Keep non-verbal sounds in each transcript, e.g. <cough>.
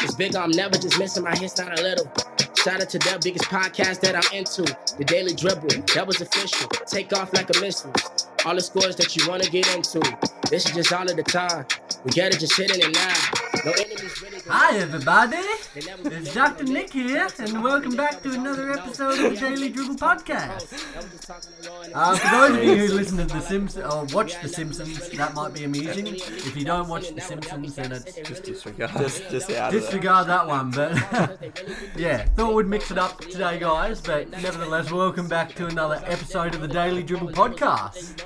It's big, I'm never dismissing my hits, not a little. Shout out to the biggest podcast that I'm into. The Daily Dribble, that was official. Take off like a missile. All the scores that you want to get into. This is just all of the time. We get it just hitting it now. No enemies really gonna- <laughs> Hi everybody, They never gonna it's get Dr. no Nick dick. here, and welcome back to another episode of Daily Dribble Podcast. Uh, for those of you who listen to The Simpsons or watch The Simpsons, that might be amusing. If you don't watch The Simpsons, then it's just Disregard. Just, just out of that. disregard that one. But <laughs> yeah, thought we'd mix it up today, guys. But nevertheless, welcome back to another episode of the Daily Dribble Podcast.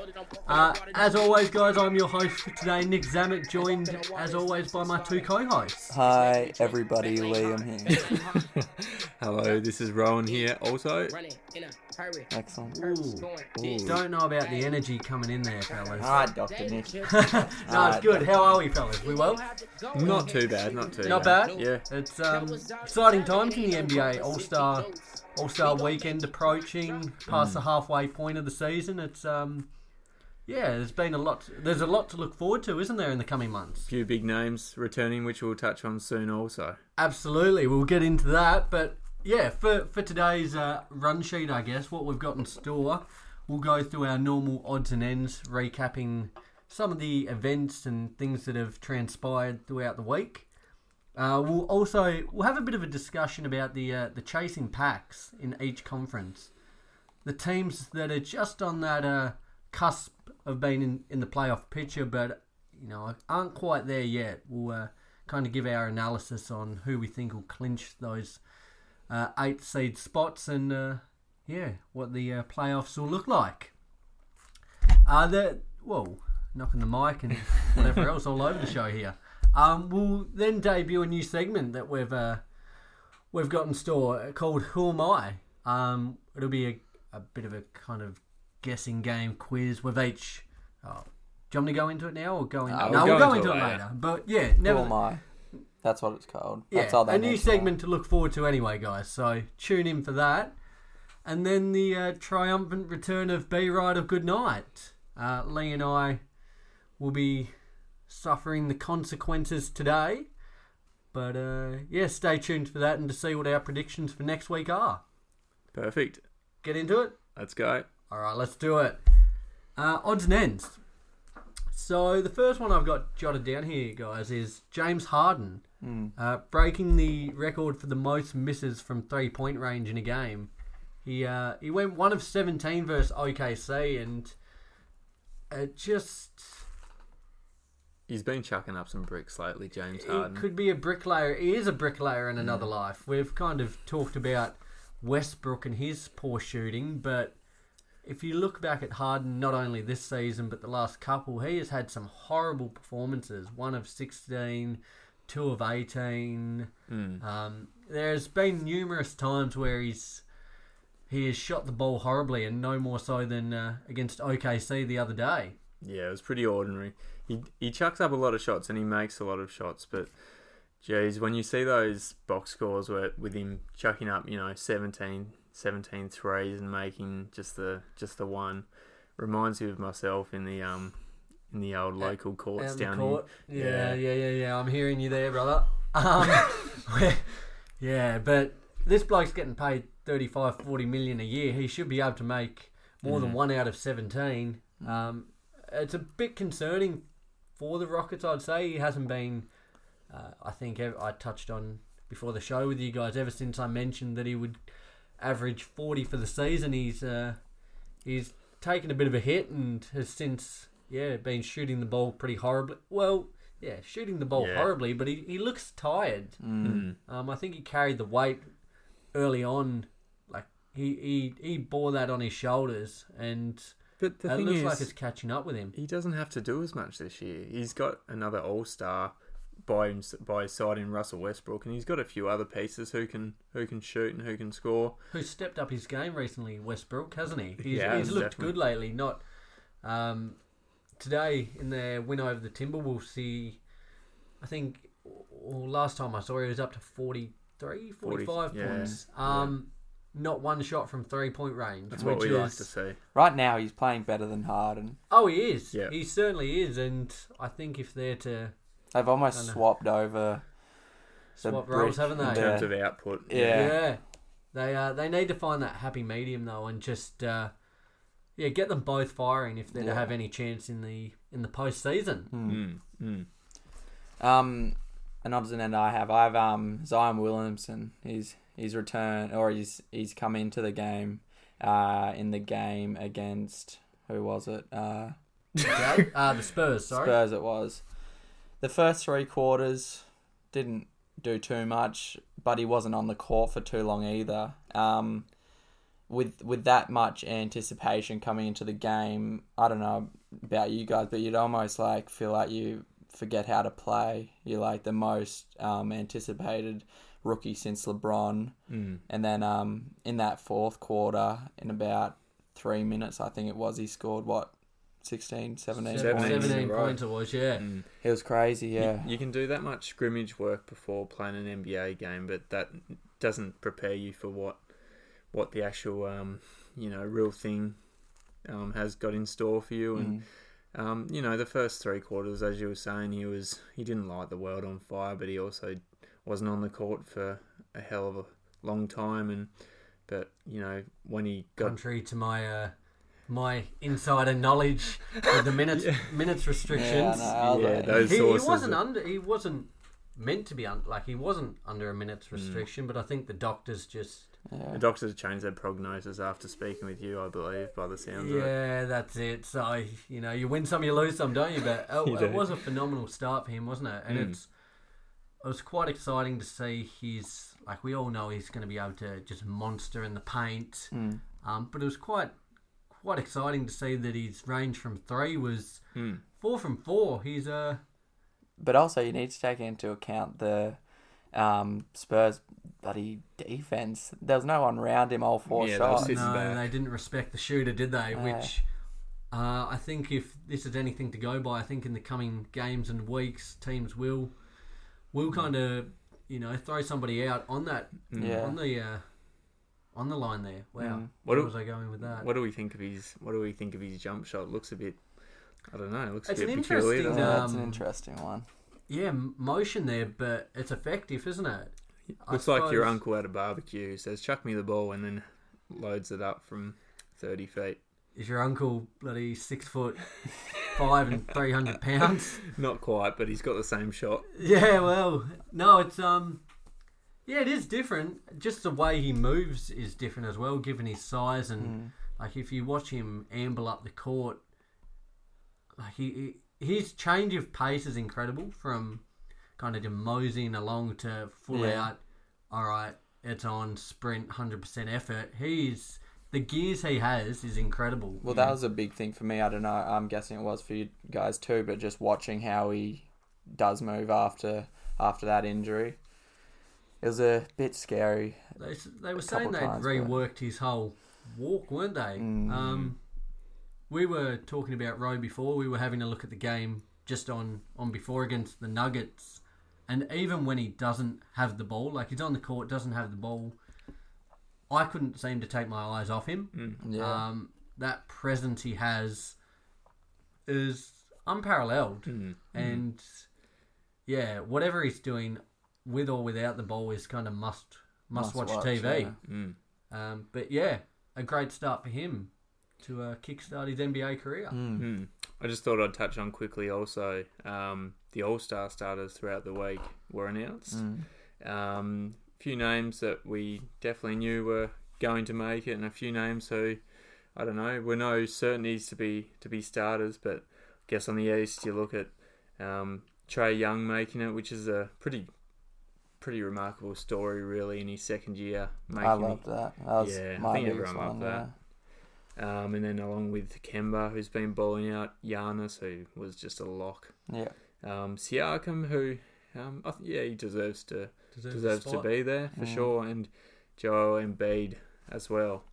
Uh, as always, guys, I'm your host for today, Nick Zammit, joined as always by my two co-hosts. Hi, everybody. Liam here. <laughs> Hello, this is Rowan here. Also, Excellent. Don't know about the energy coming in there, fellas. Hi, Dr. Nick. <laughs> no, it's good. How are we, fellas? We well? not too bad, not too Not bad. bad. Yeah. It's um, exciting times in the NBA. All Star, All Star weekend approaching, past the halfway point of the season. It's um, yeah, there's been a lot. There's a lot to look forward to, isn't there, in the coming months? few big names returning, which we'll touch on soon also. Absolutely, we'll get into that. But yeah, for for today's uh, run sheet, I guess what we've got in store, we'll go through our normal odds and ends, recapping some of the events and things that have transpired throughout the week. Uh, we'll also we'll have a bit of a discussion about the uh, the chasing packs in each conference, the teams that are just on that uh, cusp of being in, in the playoff picture, but you know aren't quite there yet. We'll uh, kind of give our analysis on who we think will clinch those uh, eight seed spots and uh, yeah, what the uh, playoffs will look like. Uh, the whoa, knocking the mic and whatever else all over the show here. Um, we'll then debut a new segment that we've uh, we've got in store called Who Am I? Um, it'll be a, a bit of a kind of guessing game quiz with each. Oh, do you want me to go into it now or go into? Uh, no, we'll we'll go go into, it later. But yeah, Who never. am I? Oh That's what it's called. Yeah, That's all they a new need to know. segment to look forward to anyway, guys. So tune in for that. And then the uh, triumphant return of B Ride of Good Night. Uh, Lee and I will be suffering the consequences today. But uh, yeah, stay tuned for that and to see what our predictions for next week are. Perfect. Get into it. Let's go. All right, let's do it. Uh, odds and ends. So the first one I've got jotted down here, guys, is James Harden uh, breaking the record for the most misses from three-point range in a game. He uh, he went one of seventeen versus OKC, and it just He's been chucking up some bricks lately, James he Harden. could be a bricklayer. He is a bricklayer in another life. We've kind of talked about Westbrook and his poor shooting, but if you look back at Harden, not only this season but the last couple, he has had some horrible performances. One of 16, two of 18. Um, there's been numerous times where he's he has shot the ball horribly, and no more so than uh, against OKC the other day. Yeah, it was pretty ordinary. He he chucks up a lot of shots and he makes a lot of shots, but geez, when you see those box scores where with him chucking up, you know, 17, 17 threes and making just the just the one, reminds me of myself in the um in the old local courts Out in the down Um, court. here. Yeah, yeah, yeah, yeah. I'm hearing you there, brother. Um, <laughs> yeah, but this bloke's getting paid 35, 40 million a year. He should be able to make more Mm. than one out of 17. Um, it's a bit concerning for the Rockets, I'd say. He hasn't been, uh, I think ev- I touched on before the show with you guys, ever since I mentioned that he would average 40 for the season, he's. Uh, he's taken a bit of a hit and has since yeah been shooting the ball pretty horribly. Well, yeah, shooting the ball Yeah. horribly, but he, he looks tired. Mm. <laughs> Um, I think he carried the weight early on, like he he, he bore that on his shoulders, and But the it thing looks is, like it's catching up with him. he doesn't have to do as much this year. He's got another All Star by him, by his side in Russell Westbrook, and he's got a few other pieces who can who can shoot and who can score. Who's stepped up his game recently, Westbrook, hasn't he? He's, Yeah, he's looked definitely. good lately. Not um, today in their win over the Timberwolves. He, I think, or last time I saw he was up to 43, 45 Forty- yeah, points. yeah. Um, not one shot from three point range. That's which what we is, like to see. Right now, he's playing better than Harden. Oh, he is. Yeah. He certainly is, and I think if they're to They've I almost know. swapped over swap roles, haven't in they? terms Yeah. of output. Yeah. They uh, they need to find that happy medium though, and just uh, yeah, get them both firing if they're to Yeah. have any chance in the in the postseason. <laughs> Mm, mm. Um, an odds and end I have. I have um Zion Williamson. He's he's returned or he's he's come into the game, uh, in the game against who was it? Uh, Okay? uh, the Spurs, sorry. Spurs. It was. The first three quarters didn't do too much, but he wasn't on the court for too long either. Um, with with that much anticipation coming into the game, I don't know about you guys, but you'd almost like feel like you forget how to play. You're like the most um, anticipated rookie since LeBron. Mm. And then um, in that fourth quarter, in about three minutes, I think it was, he scored what 16, 17 Seven- points. Seventeen, 17 right. points it was, yeah. It was crazy, yeah. You can do that much scrimmage work before playing an NBA game, but that doesn't prepare you for what what the actual um, you know real thing um, has got in store for you. And Mm. um, you know the first three quarters, as you were saying, he was he didn't light the world on fire, but he also wasn't on the court for a hell of a long time. And but you know when he got Contrary to my uh, my insider knowledge of the minutes minutes restrictions, Yeah, I know, I was Yeah, like- those- he, he sources wasn't are- under. He wasn't meant to be un, like he wasn't under a minutes restriction. But I think the doctors just the yeah. doctors changed their prognosis after speaking with you, I believe, by the sounds of it. Yeah, that's it. So you know, you win some, you lose some, don't you? <laughs> But it, You it do. Hmm. was a phenomenal start for him, wasn't it? And it's it was quite exciting to see his like we all know he's going to be able to just monster in the paint. Hmm. Um, but it was quite quite exciting to see that his range from three was Hmm. four from four. He's uh But also, you need to take into account the um, Spurs bloody defense. There was no one round him all four Yeah, that was shots. his- no, back. they didn't respect the shooter, did they? No. Which. Uh, I think if this is anything to go by, I think in the coming games and weeks, teams will will Mm. kind of you know throw somebody out on that Yeah. Mm. on the uh, on the line there. Wow, where What do- was I going with that? What do we think of his? What do we think of his jump shot? Looks a bit. I don't know. It looks It's a an bit peculiar. interesting, doesn't Yeah, it? that's an Um, interesting one. yeah, m- motion there, but it's effective, isn't it? I Looks like your suppose- uncle at a barbecue. Says, "Chuck me the ball," and then loads it up from thirty feet. Is your uncle bloody six foot five and three hundred pounds? Not quite, but he's got the same shot. Yeah, well, no, it's um, yeah, it is different. Just the way he moves is different as well, given his size and Hmm. like if you watch him amble up the court, like he, he his change of pace is incredible from kind of moseying along to full Yeah. out. All right, it's on sprint, hundred percent effort. He's the gears he has is incredible. Well, that was a big thing for me. I don't know. I'm guessing it was for you guys too, but just watching how he does move after after that injury, it was a bit scary. They, s- they were couple saying they'd times, but- Mm. reworked his whole walk, weren't they? Um, we were talking about Rowe before. We were having a look at the game just on, on before against the Nuggets. And even when he doesn't have the ball, like he's on the court, doesn't have the ball, I couldn't seem to take my eyes off him. Yeah, Um, that presence he has is unparalleled. And yeah, whatever he's doing, with or without the ball, is kind of must must, watch, TV. Hmm. Um, but yeah, a great start for him to uh, kickstart his NBA career. Hmm. I just thought I'd touch on quickly. Also, um, the All Star starters throughout the week were announced. Mm. Um, few names that we definitely knew were going to make it, and a few names who I don't know were no certainties to be to be starters. But I guess on the East, you look at um, Trey Young making it, which is a pretty pretty remarkable story, really, in his second year making I it. loved that. That was Yeah, I my think biggest everyone loved one. that. yeah. Um, and then along with Kemba, who's been bowling out, Giannis, who was just a lock. Yeah. Um, Siakam, who, um, I th- yeah, he deserves to Deserves a deserves to spot. be there for sure, and Joel Embiid as well.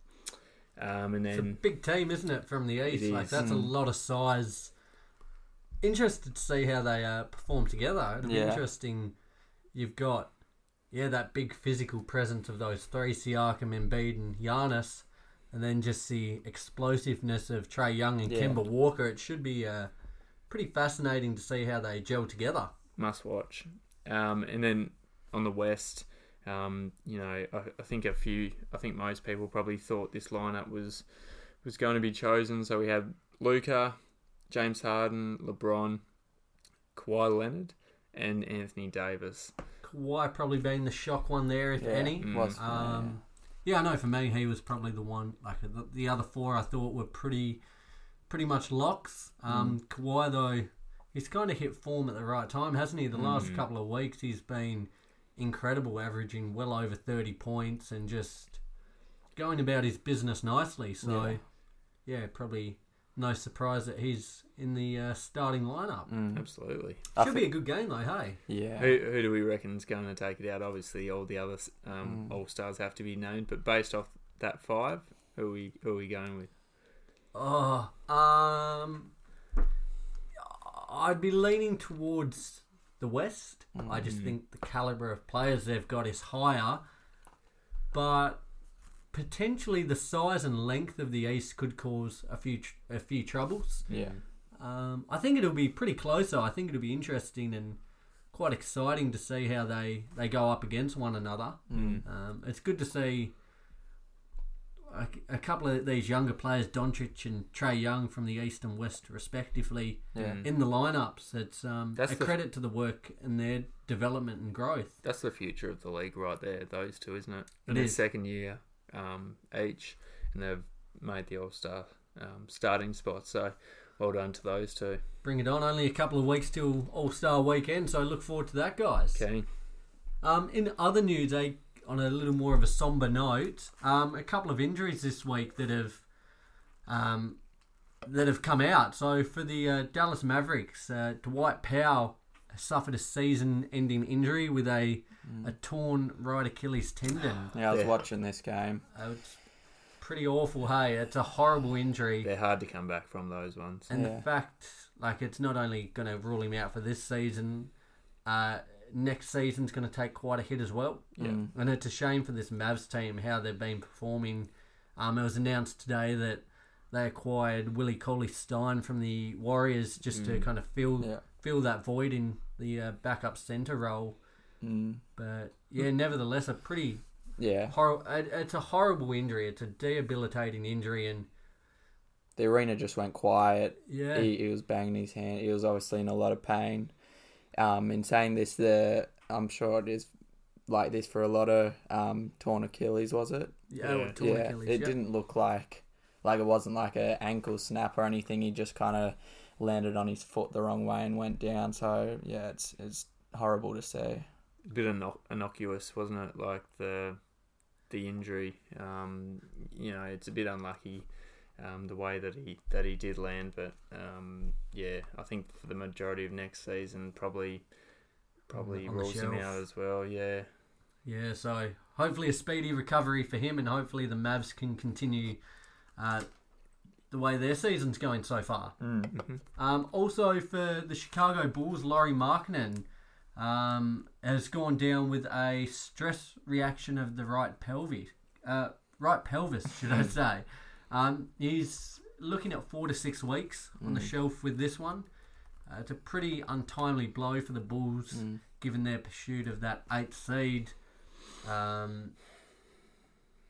Um, and It's a then big team, isn't it, from the East? It Like is. Hmm. that's a lot of size. Interested to see how they uh, perform together. It'll be Yeah. interesting. You've got yeah that big physical presence of those three: Siakam, Embiid, and Giannis, and then just the explosiveness of Trey Young and Yeah. Kemba Walker. It should be uh, pretty fascinating to see how they gel together. must watch. Um, and then on the west. Um, you know, I, I think a few, I think most people probably thought this lineup was was going to be chosen. So we had Luca, James Harden, LeBron, Kawhi Leonard, and Anthony Davis. Kawhi probably being the shock one there, if Yeah, any. was- Um, yeah, I know for me, he was probably the one. Like the, the other four, I thought were pretty, pretty much locks. Mm. Um, Kawhi though, he's kind of hit form at the right time, hasn't he? The Mm. last couple of weeks, he's been incredible, averaging well over thirty points and just going about his business nicely. So, yeah, probably no surprise that he's in the uh, starting lineup. Absolutely. Mm. I Should be a good game though, hey. Yeah. Who, who do we reckon's going to take it out? Obviously, all the other um, Hmm. all stars have to be named, but based off that five, who are we who are we going with? Oh, um, I'd be leaning towards the West. I just think the caliber of players they've got is higher, but potentially the size and length of the East could cause a few tr- a few troubles. Yeah. Um, I think it'll be pretty close, though. I think it'll be interesting and quite exciting to see how they, they go up against one another. Mm. Um, it's good to see a, a couple of these younger players, Doncic and Trey Young from the East and West, respectively, Yeah. in the lineups. It's um, That's a the- credit to the work and their development and growth. That's the future of the league, right there. Those two, isn't it? It In their is. second year um, each, and they've made the all star um, starting spot. So, well done to those two. Bring it on. Only a couple of weeks till All Star weekend, so look forward to that, guys. Kenny, Um, in other news, eh, on a little more of a somber note, um, a couple of injuries this week that have um, that have come out. So for the uh, Dallas Mavericks, uh, Dwight Powell suffered a season-ending injury with a a torn right Achilles tendon. Yeah, I was Yeah. watching this game. Uh, it's pretty awful. Hey, it's a horrible injury. they're hard to come back from those ones. And Yeah. the fact, like, it's not only going to rule him out for this season, uh, next season's going to take quite a hit as well. Yeah. And it's a shame for this Mavs team how they've been performing. Um, it was announced today that they acquired Willie Cauley Stein from the Warriors just to kind of fill Mm. Yeah. fill that void in the uh, backup center role. Mm. But yeah, nevertheless, a pretty Yeah. horrible. It's a horrible injury. It's a debilitating injury, and The arena just went quiet. Yeah. He, he was banging his hand. He was obviously in a lot of pain. Um, in saying this, the I'm sure it is like this for a lot of um, torn Achilles, was it? yeah, oh, Yeah. torn yeah, Achilles, it yeah. didn't look like like it wasn't like a ankle snap or anything. He just kind of landed on his foot the wrong way and went down. So yeah, it's it's horrible to see. A bit inno- innocuous, wasn't it? Like the the injury. Um, you know, it's a bit unlucky um, the way that he that he did land, but um, yeah, I think for the majority of next season, probably probably On the rules him shelf. out as well. Yeah. Yeah, so hopefully a speedy recovery for him, and hopefully the Mavs can continue uh, the way their season's going so far. Um, also, for the Chicago Bulls, Laurie Markkinen um, has gone down with a stress reaction of the right pelvis. Uh, right pelvis, should I say? Um, he's looking at four to six weeks on the shelf with this one. Uh, it's a pretty untimely blow for the Bulls, given their pursuit of that eighth seed. Um,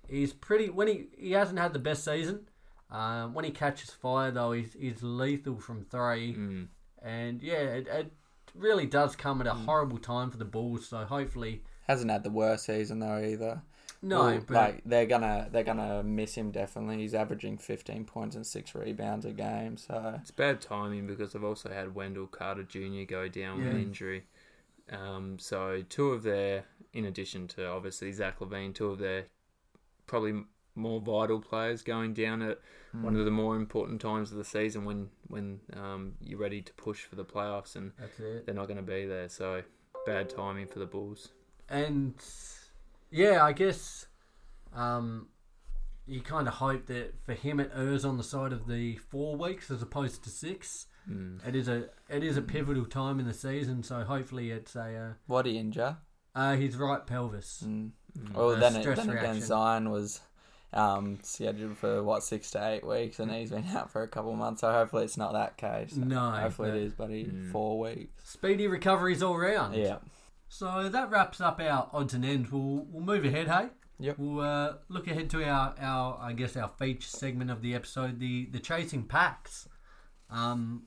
he's pretty when he he hasn't had the best season. Uh, when he catches fire though, he's, he's lethal from three, and yeah, it, it really does come at a horrible time for the Bulls. So hopefully, Hasn't had the worst season though either. no, Well, but like they're gonna they're gonna miss him definitely. He's averaging fifteen points and six rebounds a game. So It's bad timing because I've also had Wendell Carter Jr. go down with an injury. Um, so two of their, in addition to obviously Zach Levine, two of their probably m- more vital players going down at one of the more important times of the season when when um, you're ready to push for the playoffs and that's it. they're not going to be there. So bad timing for the Bulls. and yeah, I guess um, you kind of hope that for him it errs on the side of the four weeks as opposed to six. Mm. It is a it is a pivotal time in the season, so hopefully it's a what he injure? uh, uh, his right pelvis. Well, Uh, then, it, stress then again, reaction. Zion was um, scheduled for what six to eight weeks, and he's been <laughs> out for a couple of months. So hopefully, it's not that case. Mm. No, Mm. hopefully but- it is, buddy. Four weeks. Speedy recoveries all round. Yeah, So that wraps up our odds and ends. We'll we'll move ahead, hey. Yep. We'll uh, look ahead to our, our I guess our feature segment of the episode, the the chasing packs. Um,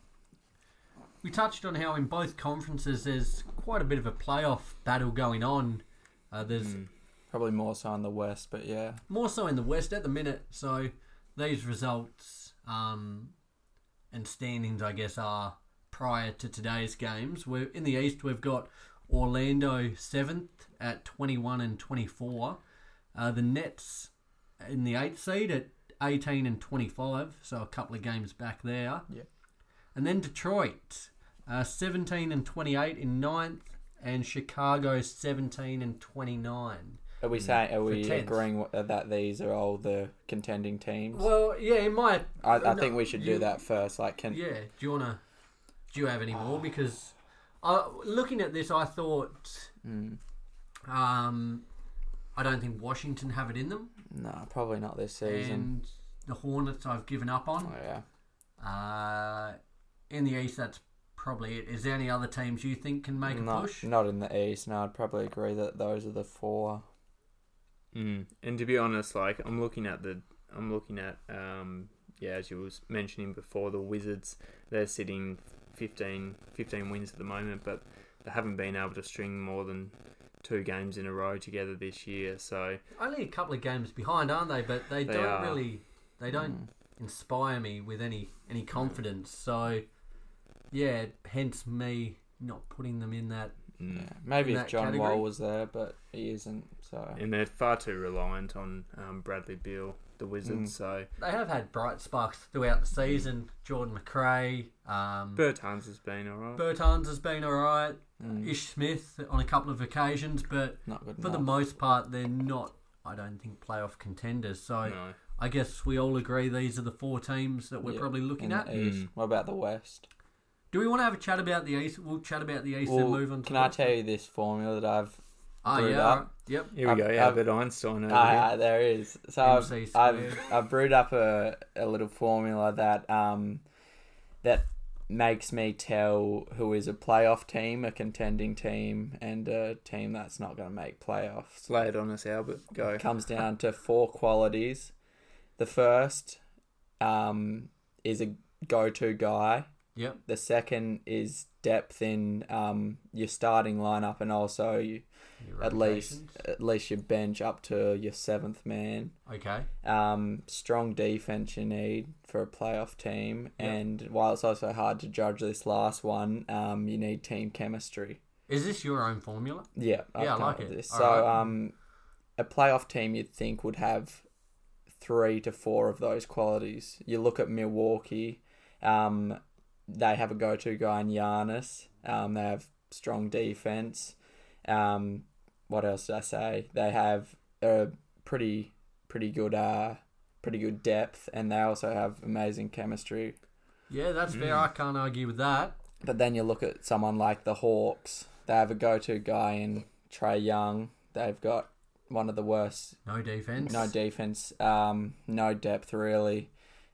we touched on how in both conferences there's quite a bit of a playoff battle going on. Uh, there's Probably more so in the West, but yeah. more so in the West at the minute. So these results um, and standings, I guess, are prior to today's games. We're in the East. We've got Orlando seventh at twenty-one and twenty-four. Uh, the Nets in the eighth seed at eighteen and twenty-five. So a couple of games back there. Yep. And then Detroit, uh, seventeen and twenty-eight in ninth, and Chicago seventeen and twenty-nine. Are we saying? Are we tenth. agreeing wha- uh, that these are all the contending teams? Well, yeah, in my I, I no, think we should you- do that first. Like, can Yeah. Do you wanna? Do you have any more? Because I, looking at this, I thought, um, I don't think Washington have it in them, no, probably not this season. and the Hornets I've given up on. Oh, yeah. Uh, in the East, that's probably it. Is there any other teams you think can make a Not, push? not in the East. No, I'd probably agree that those are the four. Mm. And to be honest, like I'm looking at the, I'm looking at, um, yeah, as you was mentioning before, the Wizards. They're sitting 15, 15 wins at the moment, but they haven't been able to string more than two games in a row together this year. So Only a couple of games behind, aren't they? But they, They don't are. really, they don't inspire me with any any confidence. So, yeah, hence me not putting them in that Yeah. Mm. Maybe In if that John category? Wall was there, but he isn't. So and they're far too reliant on um, Bradley Beal, the Wizards. Mm. So They have had bright sparks throughout the season. Jordan McRae, um, Bertans has been alright. Bertans has been alright. Ish Smith on a couple of occasions, but Mm. Not good for the enough. most part, they're not. I don't think playoff contenders. So No. I guess we all agree these are the four teams that we're Yeah, probably in looking the at. Mm. East. What about the West? Do we want to have a chat about the East? We'll chat about the East Well, and move on. To can I tell you this formula that I've? Ah, brewed yeah, up? alright. yep. Here we I've- go. I've- Albert Einstein. Over here. Ah, there is. So I've, MC I've squared. I've brewed up a, a little formula that um that makes me tell who is a playoff team, a contending team, and a team that's not going to make playoffs. Lay it on us, Albert. Go. It comes down to four qualities. The first um, is a go-to guy. Yep. The second is depth in um, your starting lineup and also you, Your at least rotations. at least your bench up to your seventh man Okay. um, strong defense you need for a playoff team, and while it's also hard to judge this last one, um, you need team chemistry. Is this your own formula? Yeah, I've Yeah, I come like up with it. This. All So, right. um, a playoff team you'd think would have three to four of those qualities. You look at Milwaukee, um, they have a go-to guy in Giannis. Um, they have strong defense. Um, what else did I say? They have a pretty pretty good uh pretty good depth, and they also have amazing chemistry. Yeah, that's fair. Mm. I can't argue with that. But then you look at someone like the Hawks. They have a go-to guy in Trey Young. They've got one of the worst No defense. no defense, um, no depth really,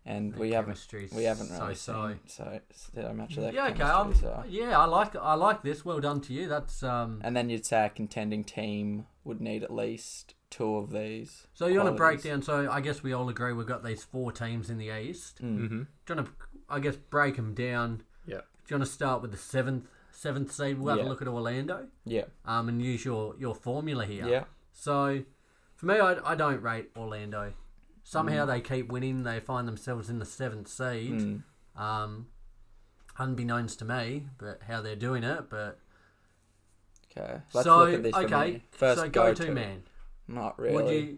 and we haven't chemistry's we haven't really so-so. seen so so much of that. Yeah, okay. chemistry, I'm, so. Yeah, I like I like this. Well done to you. That's um. And then you'd say a contending team would need at least two of these. So you want to break qualities. down? So I guess we all agree we've got these four teams in the East. Hmm. Mm-hmm. Do you want to? I guess break them down. Yeah. Do you want to start with the seventh seventh seed? We'll have a Yeah. look at Orlando. Yeah, Um, and use your your formula here. yeah, So for me, I, I don't rate Orlando. Somehow Hmm. they keep winning. They find themselves in the seventh seed. Hmm. Um, unbeknownst to me, but how they're doing it, but. okay. Let's so look at this for a okay, minute. First so go go-to. to man. Not really. Would you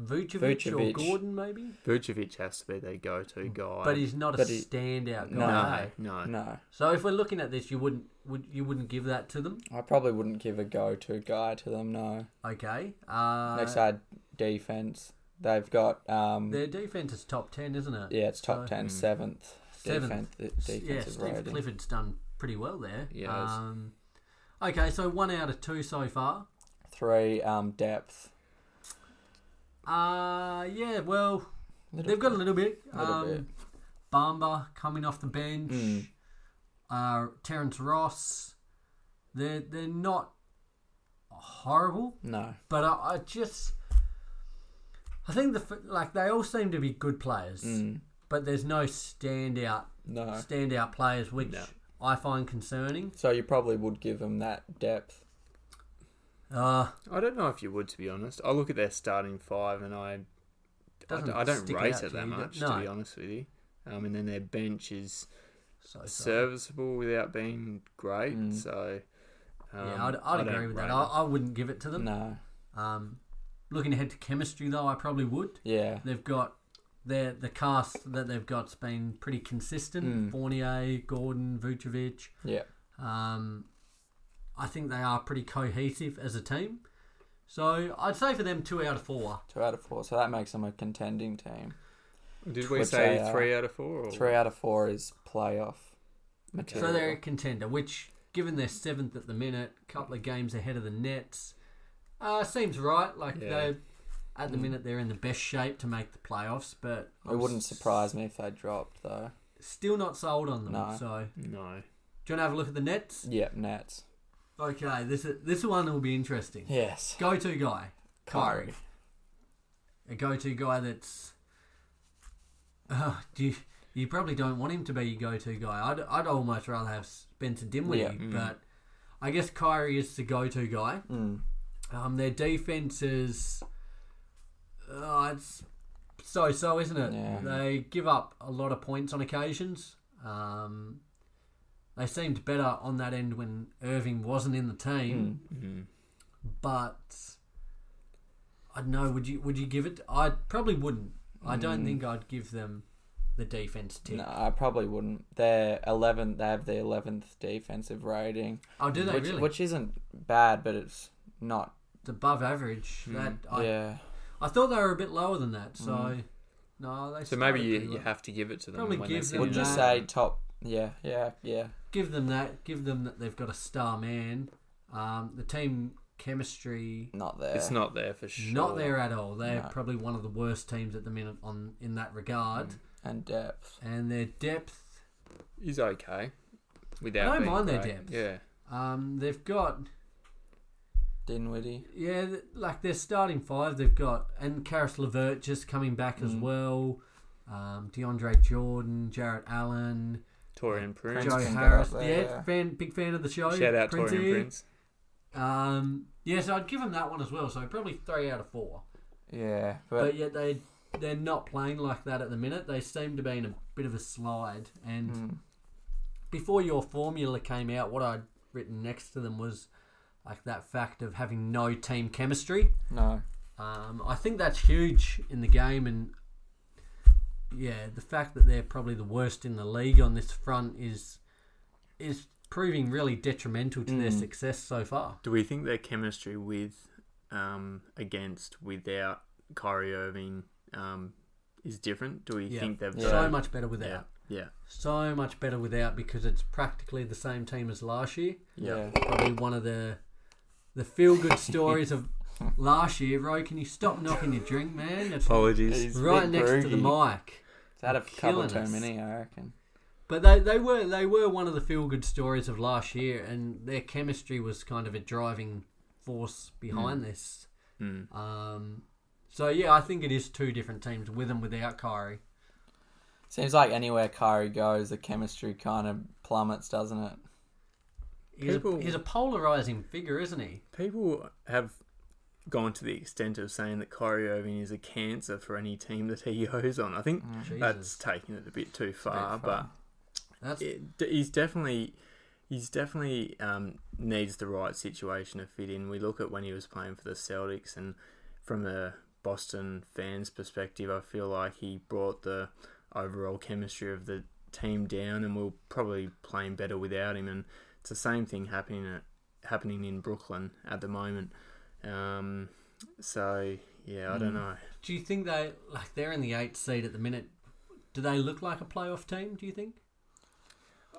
Vucevic, or Vucevic. Gordon maybe? Vucevic has to be their go-to guy. But he's not a Mm. But he- standout No. guy. no, no, No, So if we're looking at this, you wouldn't would you wouldn't give that to them? I probably wouldn't give a go-to guy to them. No. Okay. Uh, Next side defense. They've got um. their defense is top ten, isn't it? yeah, it's top so- ten, seventh. Uh, hmm. Seventh. Defense, uh, yeah, defensive Steve rating. Clifford's done pretty well there. He has. Um, okay, so one out of two so far. Three um depth. Uh yeah, well Little they've got a little bit. Little um, bit. Bamba coming off the bench, Hmm. uh, Terrence Ross. They're they're not horrible, No. but I, I just I think the f- like they all seem to be good players, Hmm. but there's no standout No. standout players, which No. I find concerning. So you probably would give them that depth. Uh, I don't know if you would, to be honest. I look at their starting five, and I, I, Doesn't d- I don't stick it rate out it to that me, but- much, no. to be honest with you. Um, and then their bench is so, so. serviceable without being great. So um, yeah, I'd, I'd I agree don't with that. rate I, I wouldn't give it to them. No. Um, looking ahead to chemistry, though, I probably would. Yeah. They've got their the cast that they've got's been pretty consistent. Fournier, Gordon, Vucevic. Yeah. Um, I think they are pretty cohesive as a team. So I'd say for them, two out of four. Two out of four. So that makes them a contending team. it. Did we Which say they are. three out of four? Or? Three out of four is playoff material. So they're a contender, which, given they're seventh at the minute, couple of games ahead of the Nets, uh, seems right. Like Yeah. they, at the minute, they're in the best shape to make the playoffs. But it I'm wouldn't s- surprise me if they dropped though. Still not sold on them. No. So No. do you want to have a look at the Nets? Yeah, Nets. Okay, this is, this one will be interesting. Yes. Go-to guy, Kyrie. a go-to guy that's. Uh, do you, you probably don't want him to be your go-to guy. I'd, I'd almost rather have Spencer Dinwiddie, Yeah, but I guess Kyrie is the go-to guy. Mm. Um, their defense is, uh, it's so so, isn't it? Yeah. They give up a lot of points on occasions. Um, they seemed better on that end when Irving wasn't in the team, Mm. but I don't know. Would you would you give it? I probably wouldn't. I Mm. don't think I'd give them the defense tip. No, I probably wouldn't. They're eleventh. They have the eleventh defensive rating, Oh, do they which, really? which isn't bad, but it's not. it's above average. Mm, That I, yeah, I thought they were a bit lower than that. So no, they. Mm. So maybe started you, pretty you low. have to give it to them. Probably when they give sit them in would you that. that. say top? Yeah, yeah, yeah. give them that. Give them that they've got a star man. Um, the team chemistry Not there. It's not there for sure. not there at all. They're No. probably one of the worst teams at the minute on in that regard. Mm. and depth. And their depth, Is okay. Without I don't being mind their great. depth. Yeah. um, they've got Dinwiddie. yeah, th- like their starting five. They've got and Karis Levert just coming back Mm. as well. Um, DeAndre Jordan, Jarrett Allen, Torian Prince. Joe can get Harris. up there, yeah, yeah. fan, big fan of the show. Shout out Princey. Torian Prince. Um, yeah, so I'd give them that one as well. So probably three out of four. Yeah, but but, yet they they're not playing like that at the minute. They seem to be in a bit of a slide. And before your formula came out, what I'd written next to them was like that fact of having no team chemistry. no. Um, I think that's huge in the game, and yeah, the fact that they're probably the worst in the league on this front is is proving really detrimental to their success so far. Do we think their chemistry with, um, against, without Kyrie Irving, um, is different? Do we Yeah. think they've So done- much better without. Yeah. Yeah. So much better without because it's practically the same team as last year. Yeah. probably one of the the feel good stories of last year. Roy, can you stop knocking your drink, man? It's Apologies. He's a right bit next to the groggy. mic. Had a couple killing too us. many, I reckon. But they, they were they were one of the feel good stories of last year, and their chemistry was kind of a driving force behind this. Mm. Um, so yeah, I think it is two different teams with and without Kyrie. Seems like anywhere Kyrie goes, the chemistry kind of plummets, doesn't it? He's, People- a, he's a polarizing figure, isn't he? People have gone to the extent of saying that Kyrie Irving is a cancer for any team that he <laughs> goes on. I think Mm. that's Jesus, taking it a bit too far, far. but that's it, d- he's definitely he's definitely um, needs the right situation to fit in. We look at when he was playing for the Celtics, and from a Boston fans' perspective, I feel like he brought the overall chemistry of the team down, and we're probably playing better without him. And it's the same thing happening at, happening in Brooklyn at the moment. Um, so yeah, I don't know. Do you think they like they're in the eighth seed at the minute? Do they look like a playoff team? Do you think?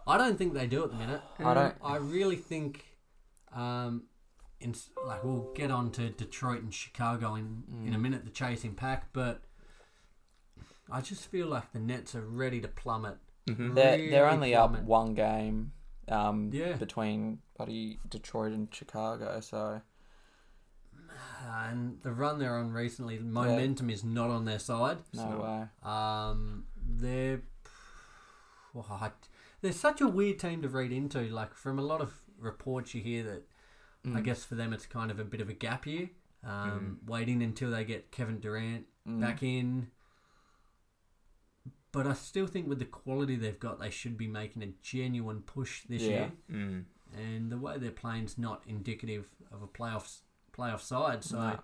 I don't think they do at the minute. I don't. I really think, um, in like we'll get on to Detroit and Chicago in in a Mm. minute, the chasing pack, but I just feel like the Nets are ready to plummet. Mm-hmm. They're, they're Really only up plummet. one game um, Yeah. between buddy Detroit and Chicago, so the run they're on recently, momentum is not on their side. No way. Um, they're well, I, they're such a weird team to read into. Like from a lot of reports, you hear that Mm. I guess for them it's kind of a bit of a gap year, um, waiting until they get Kevin Durant Mm. back in. But I still think with the quality they've got, they should be making a genuine push this Yeah. year. Mm. And the way they're playing's not indicative of a playoffs playoff side. So No.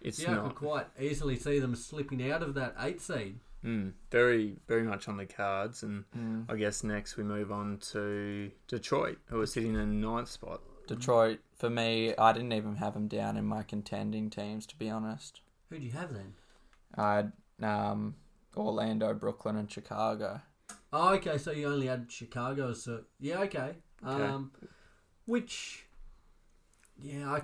It's yeah, I not. could quite easily see them slipping out of that eight seed. Mm, very, very much on the cards, and Hmm. I guess next we move on to Detroit, who are sitting in ninth spot. Detroit, for me, I didn't even have them down in my contending teams, to be honest. Who do you have then? I had um, Orlando, Brooklyn, and Chicago. Oh, okay. So you only had Chicago. So yeah, okay. Um, which, yeah, I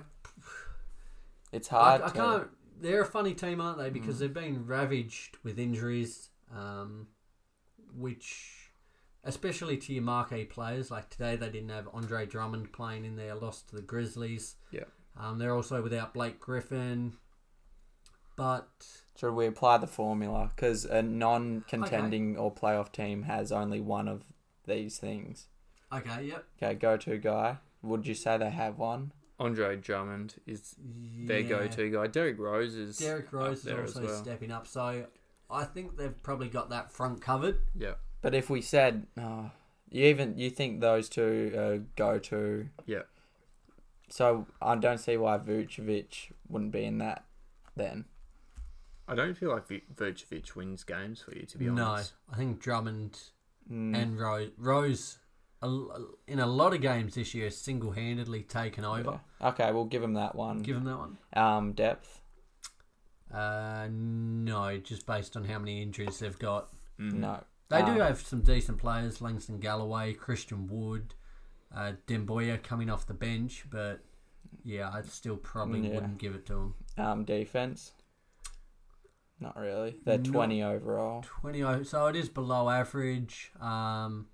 It's I, hard I to. can't. They're a funny team, aren't they? Mm. Because they've been ravaged with injuries, um, which, especially to your marquee players, like today they didn't have Andre Drummond playing in their loss to the Grizzlies. Yeah. Um, they're also without Blake Griffin, but Should we apply the formula? Because a non contending or playoff team has only one of these things. okay, yep, Okay, go to guy. Would you say they have one? Andre Drummond is their Yeah. go-to guy. Derek Rose is Derek Rose is there as also well. stepping up, so I think they've probably got that front covered. yeah, But if we said, oh, you even you think those two are go to, yeah. so I don't see why Vucevic wouldn't be in that. Then I don't feel like Vu- Vucevic wins games for you, to be No, honest. I think Drummond and Rose, Rose a l- in a lot of games this year, single handedly taken over. okay, we'll give him that one. Give him that one. um depth. Uh, no, just based on how many injuries they've got. No, They Um, do have some decent players: Langston Galloway, Christian Wood, uh, Demboya coming off the bench, but yeah, I still probably Yeah. wouldn't give it to them. um defense. Not really. They're No. twenty overall. 20 o- oh, so it is below average um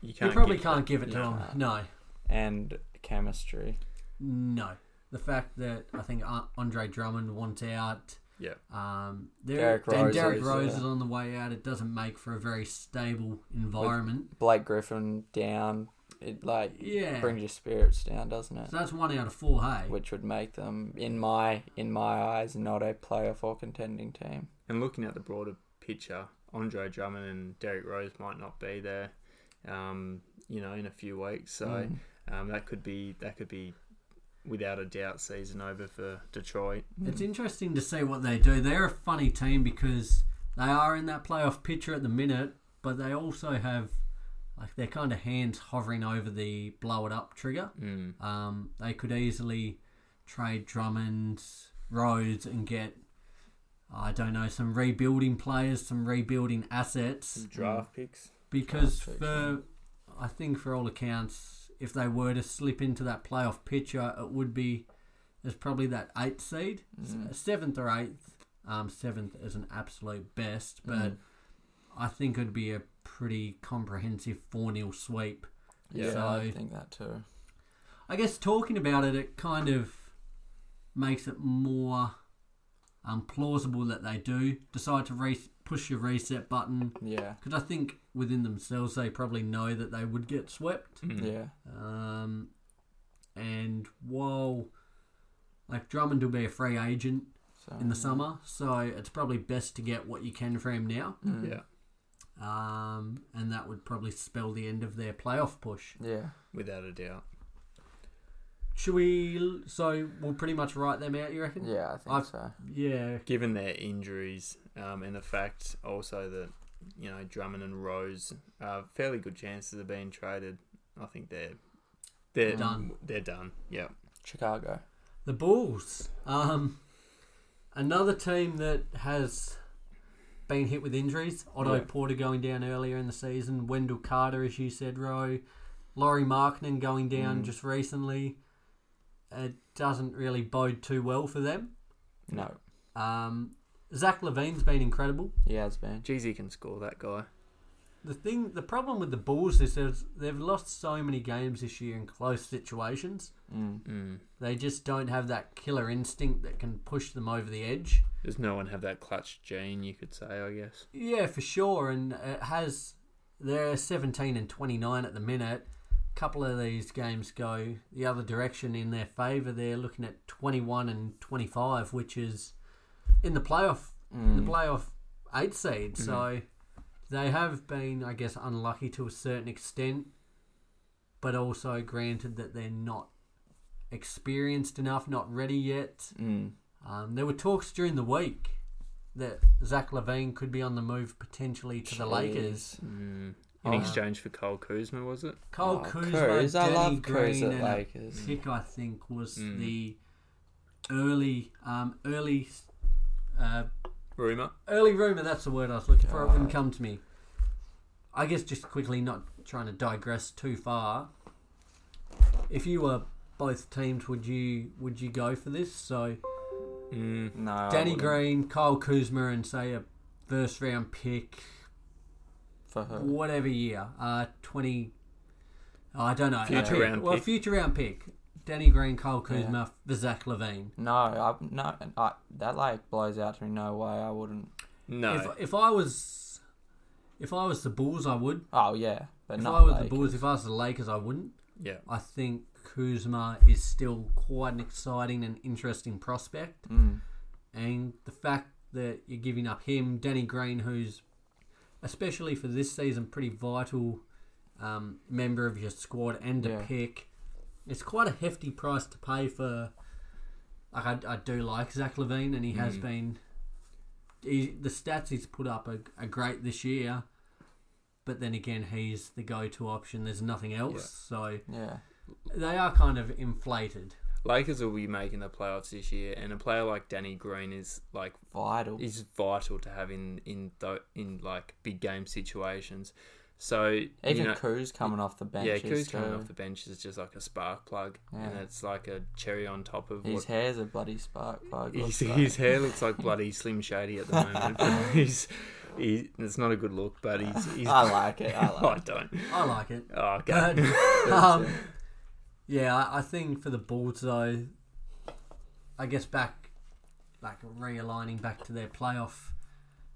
You, you can't probably give- can't give it to them no and chemistry. no the fact that i think Ar- andre drummond wants out Yeah, um there- Derek and Rose derek is, rose uh, is on the way out it doesn't make for a very stable environment Blake Griffin down. It like Yeah. brings your spirits down, doesn't it? so that's one out of four hey Which would make them, in my in my eyes, not a playoff or contending team. and looking at the broader picture, Andre Drummond and Derek Rose might not be there, um, you know, in a few weeks. So um, that could be that could be without a doubt season over for Detroit. It's interesting to see what they do. They're a funny team because they are in that playoff picture at the minute, but they also have like their kind of hands hovering over the blow it up trigger. Mm. Um, they could easily trade Drummond, Rhodes, and get I don't know some rebuilding players, some rebuilding assets Draft picks. because for I think for all accounts, if they were to slip into that playoff picture, it would be there's probably that eighth seed, S- seventh or eighth. Um, seventh is an absolute best, but I think it'd be a pretty comprehensive four 0 sweep. Yeah, So- I think that too. I guess talking about it, it kind of makes it more um, plausible that they do decide to re- push your reset button. Yeah, Because I think within themselves, they probably know that they would get swept. yeah, Um, and while, like, Drummond will be a free agent So- in the summer, so it's probably best to get what you can for him now. Yeah, Um, and that would probably spell the end of their playoff push. yeah. without a doubt. Should we? l- So we'll pretty much write them out, you reckon? Yeah, I think I've- so. Yeah. Given their injuries um, and the fact also that you know Drummond and Rose are fairly good chances of being traded, I think they're they're Done. They're done. Yeah. Chicago. The Bulls. Um, another team that has been hit with injuries. Otto Porter going down earlier in the season. Wendell Carter, as you said, Roe. Laurie Markinen going down just recently. It doesn't really bode too well for them. No, Um, Zach Levine's been incredible. he has been. Jeez, he can score that guy. the thing, the problem with the Bulls is there's- they've lost so many games this year in close situations. They just don't have that killer instinct that can push them over the edge. Does no one have that clutch gene? You could say, I guess. Yeah, for sure. And it has they're 17 and 29 at the minute. A couple of these games go the other direction in their favour. They're looking at 21 and 25, which is in the playoff, in the playoff eight seed. So they have been, I guess, unlucky to a certain extent, but also granted that they're not experienced enough, not ready yet. Um, there were talks during the week that Zach Levine could be on the move potentially to the Lakers. In exchange for Cole Kuzma, was it? Kyle Oh, Kuzma, Kuz. I Danny love Kuz Green, at and a Lakers. Mm. pick I think was the early, um, early, uh, Rumor. early rumor. That's the word I was looking for. It wouldn't come to me. I guess just quickly, not trying to digress too far. If you were both teams, would you would you go for this? So No, I Danny wouldn't. Green, Kyle Kuzma, and say a first round pick, for her. whatever year, uh, twenty. oh, I don't know. a Future pick. round Well, pick. future round pick. Danny Green, Kyle Kuzma, for Zach Levine. No, I no I, that like blows out to me. No way, I wouldn't. No. If if I was, if I was the Bulls, I would. Oh yeah, but If not I was the Lakers. Bulls, if I was the Lakers, I wouldn't. yeah. I think Kuzma is still quite an exciting and interesting prospect. Hmm. And the fact that you're giving up him, Danny Green, who's especially for this season pretty vital um, member of your squad and a Yeah. pick, it's quite a hefty price to pay for. Like I, I do like Zach Levine, and he Mm. has been. He, the stats he's put up are, are great this year, but then again, he's the go-to option. There's nothing else, so Yeah, they are kind of inflated. Lakers will be making the playoffs this year, and a player like Danny Green is like vital. is vital to have in in tho- in like big game situations. So Even you know, Kuz coming off the bench. yeah, is Kuz coming too- off the bench is just like a spark plug, and Yeah. it's like a cherry on top of His what. hair's a bloody spark <laughs> plug. His, looks like. his hair looks <laughs> like bloody Slim Shady at the moment. <laughs> he's, he, it's not a good look, but he's. he's Oh, I like <laughs> it. I like. I don't. I like it. Oh, But, <laughs> God. um, yeah, I, I think for the Bulls though, I guess back, like realigning back to their playoff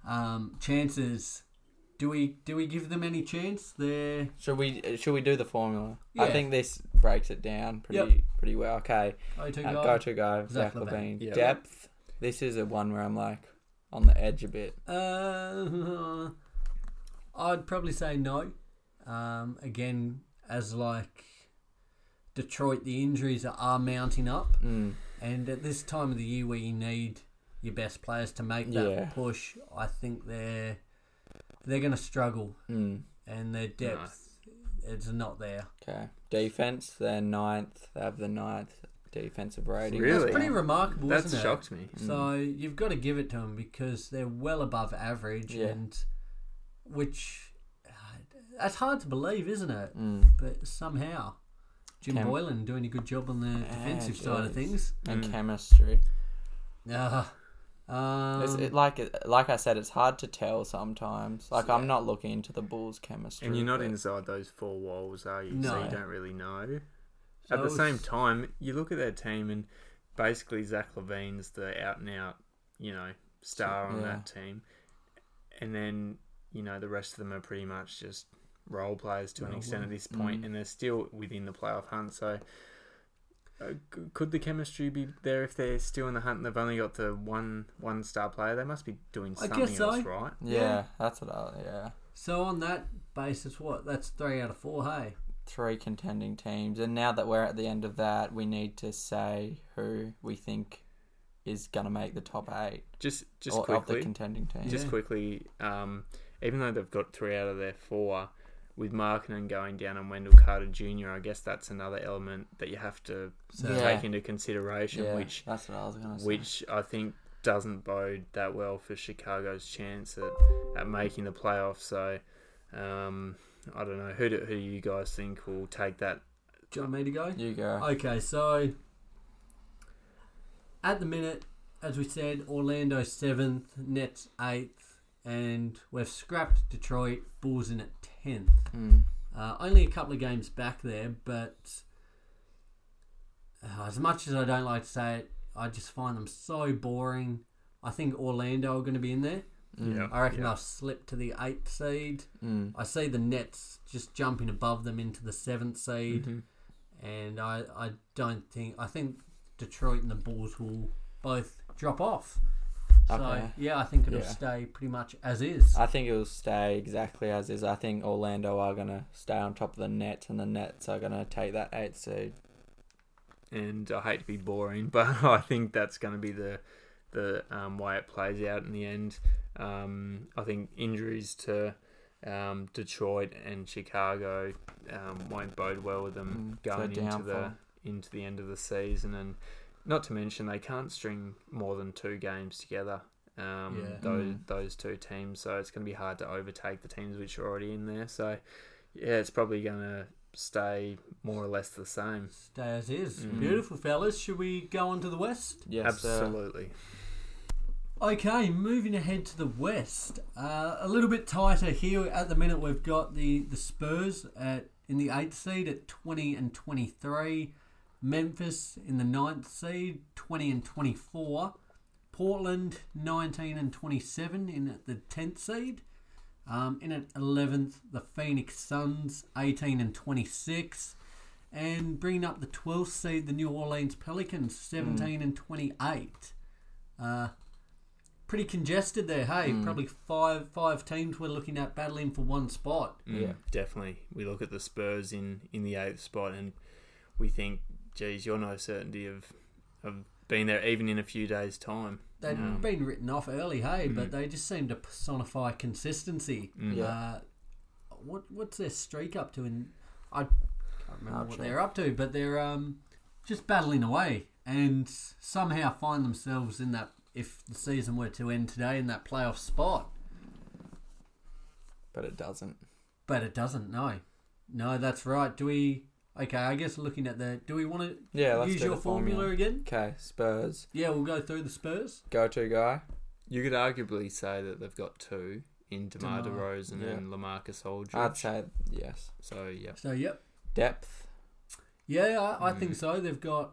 um, chances. Do we do we give them any chance? They're Should we uh, should we do the formula? I Yeah. think this breaks it down pretty pretty well. Okay, oh two uh, guard. go to go. Zach Zach Levine. Levine. Yeah. Depth. This is a one where I'm like on the edge a bit. Uh, <laughs> I'd probably say no. Um, again, as like Detroit, the injuries are, are mounting up, Mm. and at this time of the year where you need your best players to make that Yeah. push, I think they're they're going to struggle, Hmm. Mm. and their depth it's not there. Okay. Defense. They're ninth. They have the ninth defensive rating. Really? It's pretty remarkable, That's isn't it? shocked me. Mm. So you've got to give it to them because they're well above average, Yeah. and which uh, that's hard to believe, isn't it? Mm. But somehow, Jim Cam- Boylan doing a good job on the defensive side of geez. things. And Mm. chemistry. Ah, um, It's, Mm. it, like it- like I said, it's hard to tell sometimes. Like I'm not looking into the Bulls' chemistry. And you're not but- inside those four walls, are you? So No. you don't really know. So At the same it's- time, you look at their team, and basically Zach Levine's the out and out, you know, star on Yeah. that team, and then you know the rest of them are pretty much just role players to an extent at this Mm. point, and they're still within the playoff hunt. So. Uh, c- could the chemistry be there if they're still in the hunt and they've only got the one one star player? They must be doing I guess something else, so. right? Yeah, Yeah. that's what. I, yeah, so on that basis, what that's three out of four. Hey, three contending teams, and now that we're at the end of that, we need to say who we think is gonna make the top eight Just just or of the quickly. contending teams. just quickly, um, even though they've got three out of their four, with Markinen going down and Wendell Carter Jr., I guess that's another element that you have to Yeah. take into consideration, yeah, which that's what I was gonna say. which I think doesn't bode that well for Chicago's chance at, at making the playoffs. So um, I don't know who do, who do you guys think will take that? do you want me to go? you go. Okay, so at the minute, as we said, Orlando seventh, Nets eighth, and we've scrapped Detroit. Bulls in at tenth. Uh, only a couple of games back there, but uh, as much as I don't like to say it, I just find them so boring. I think Orlando are going to be in there. Mm, Yeah. I reckon yeah. they'll slip to the eighth seed. I see the Nets just jumping above them into the seventh seed, Mm-hmm. and I, I don't think I think Detroit and the Bulls will both drop off. So Okay. yeah, I think it'll Yeah. stay pretty much as is. I think it'll stay exactly as is. I think Orlando are gonna stay on top of the Nets, and the Nets are gonna take that eight seed. and I hate to be boring, <laughs> but I think that's going to be the the um, way it plays out in the end. Um, I think injuries to um, Detroit and Chicago um, won't bode well with them Mm, their going into the downfall. into the end of the season, and not to mention they can't string more than two games together. Um, Yeah. those Mm. those two teams, so it's going to be hard to overtake the teams which are already in there. So yeah, it's probably going to stay more or less the same. Stay as is. Mm. Beautiful, fellas. Should we go on to the West? Yes, Sir. Absolutely. Okay, moving ahead to the West. Uh, a little bit tighter here at the minute. We've got the the Spurs at in the eighth seed at twenty and twenty three. Memphis in the ninth seed, twenty and twenty four. Portland nineteen and twenty seven in at the tenth seed. Um, in at eleventh, the Phoenix Suns eighteen and twenty six. And bringing up the 12th seed, the New Orleans Pelicans, 17 and 28. Uh, pretty congested there. Hey, Hmm. probably five five teams we're looking at battling for one spot. Mm. yeah, definitely. We look at the Spurs in in the eighth spot, and we think, geez, you're no certainty of of being there even in a few days' time. They'd been written off early, hey, Mm. but they just seem to personify consistency. Yeah. Uh, what what's their streak up to? And I can't remember I'll what check. they're up to, but they're um, just battling away and somehow find themselves in that. If the season were to end today, in that playoff spot, but it doesn't. but it doesn't. No, no, that's right. Do we? Okay, I guess looking at the, do we want to Yeah, let's use do your the formula. formula again? Okay, Spurs Yeah, we'll go through the Spurs. go-to guy. You could arguably say that they've got two in DeMar DeMar. DeRozan Yeah. and LaMarcus Aldridge. I'd say yes. So yeah, So yep, Depth. yeah, I, I think so. They've got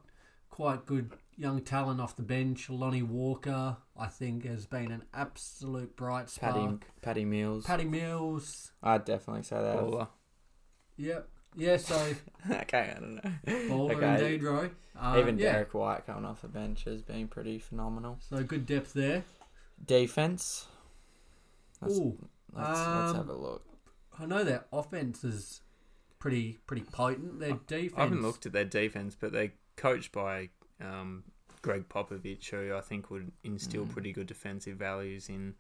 quite good young talent off the bench. Lonnie Walker, I think, has been an absolute bright spark. Patty Patty, Patty Mills. Mills. I'd definitely say that. Baller. Yep. Yeah, so <laughs> okay, I don't know. baller Okay. indeed, Roy. Uh, Even yeah, Derek White coming off the bench has been pretty phenomenal. So good depth there. Defense. Let's, Ooh, let's, let's um, have a look. I know their offense is pretty pretty potent. Their defense. I haven't looked at their defense, but they're coached by um, Greg Popovich, who I think would instill pretty good defensive values in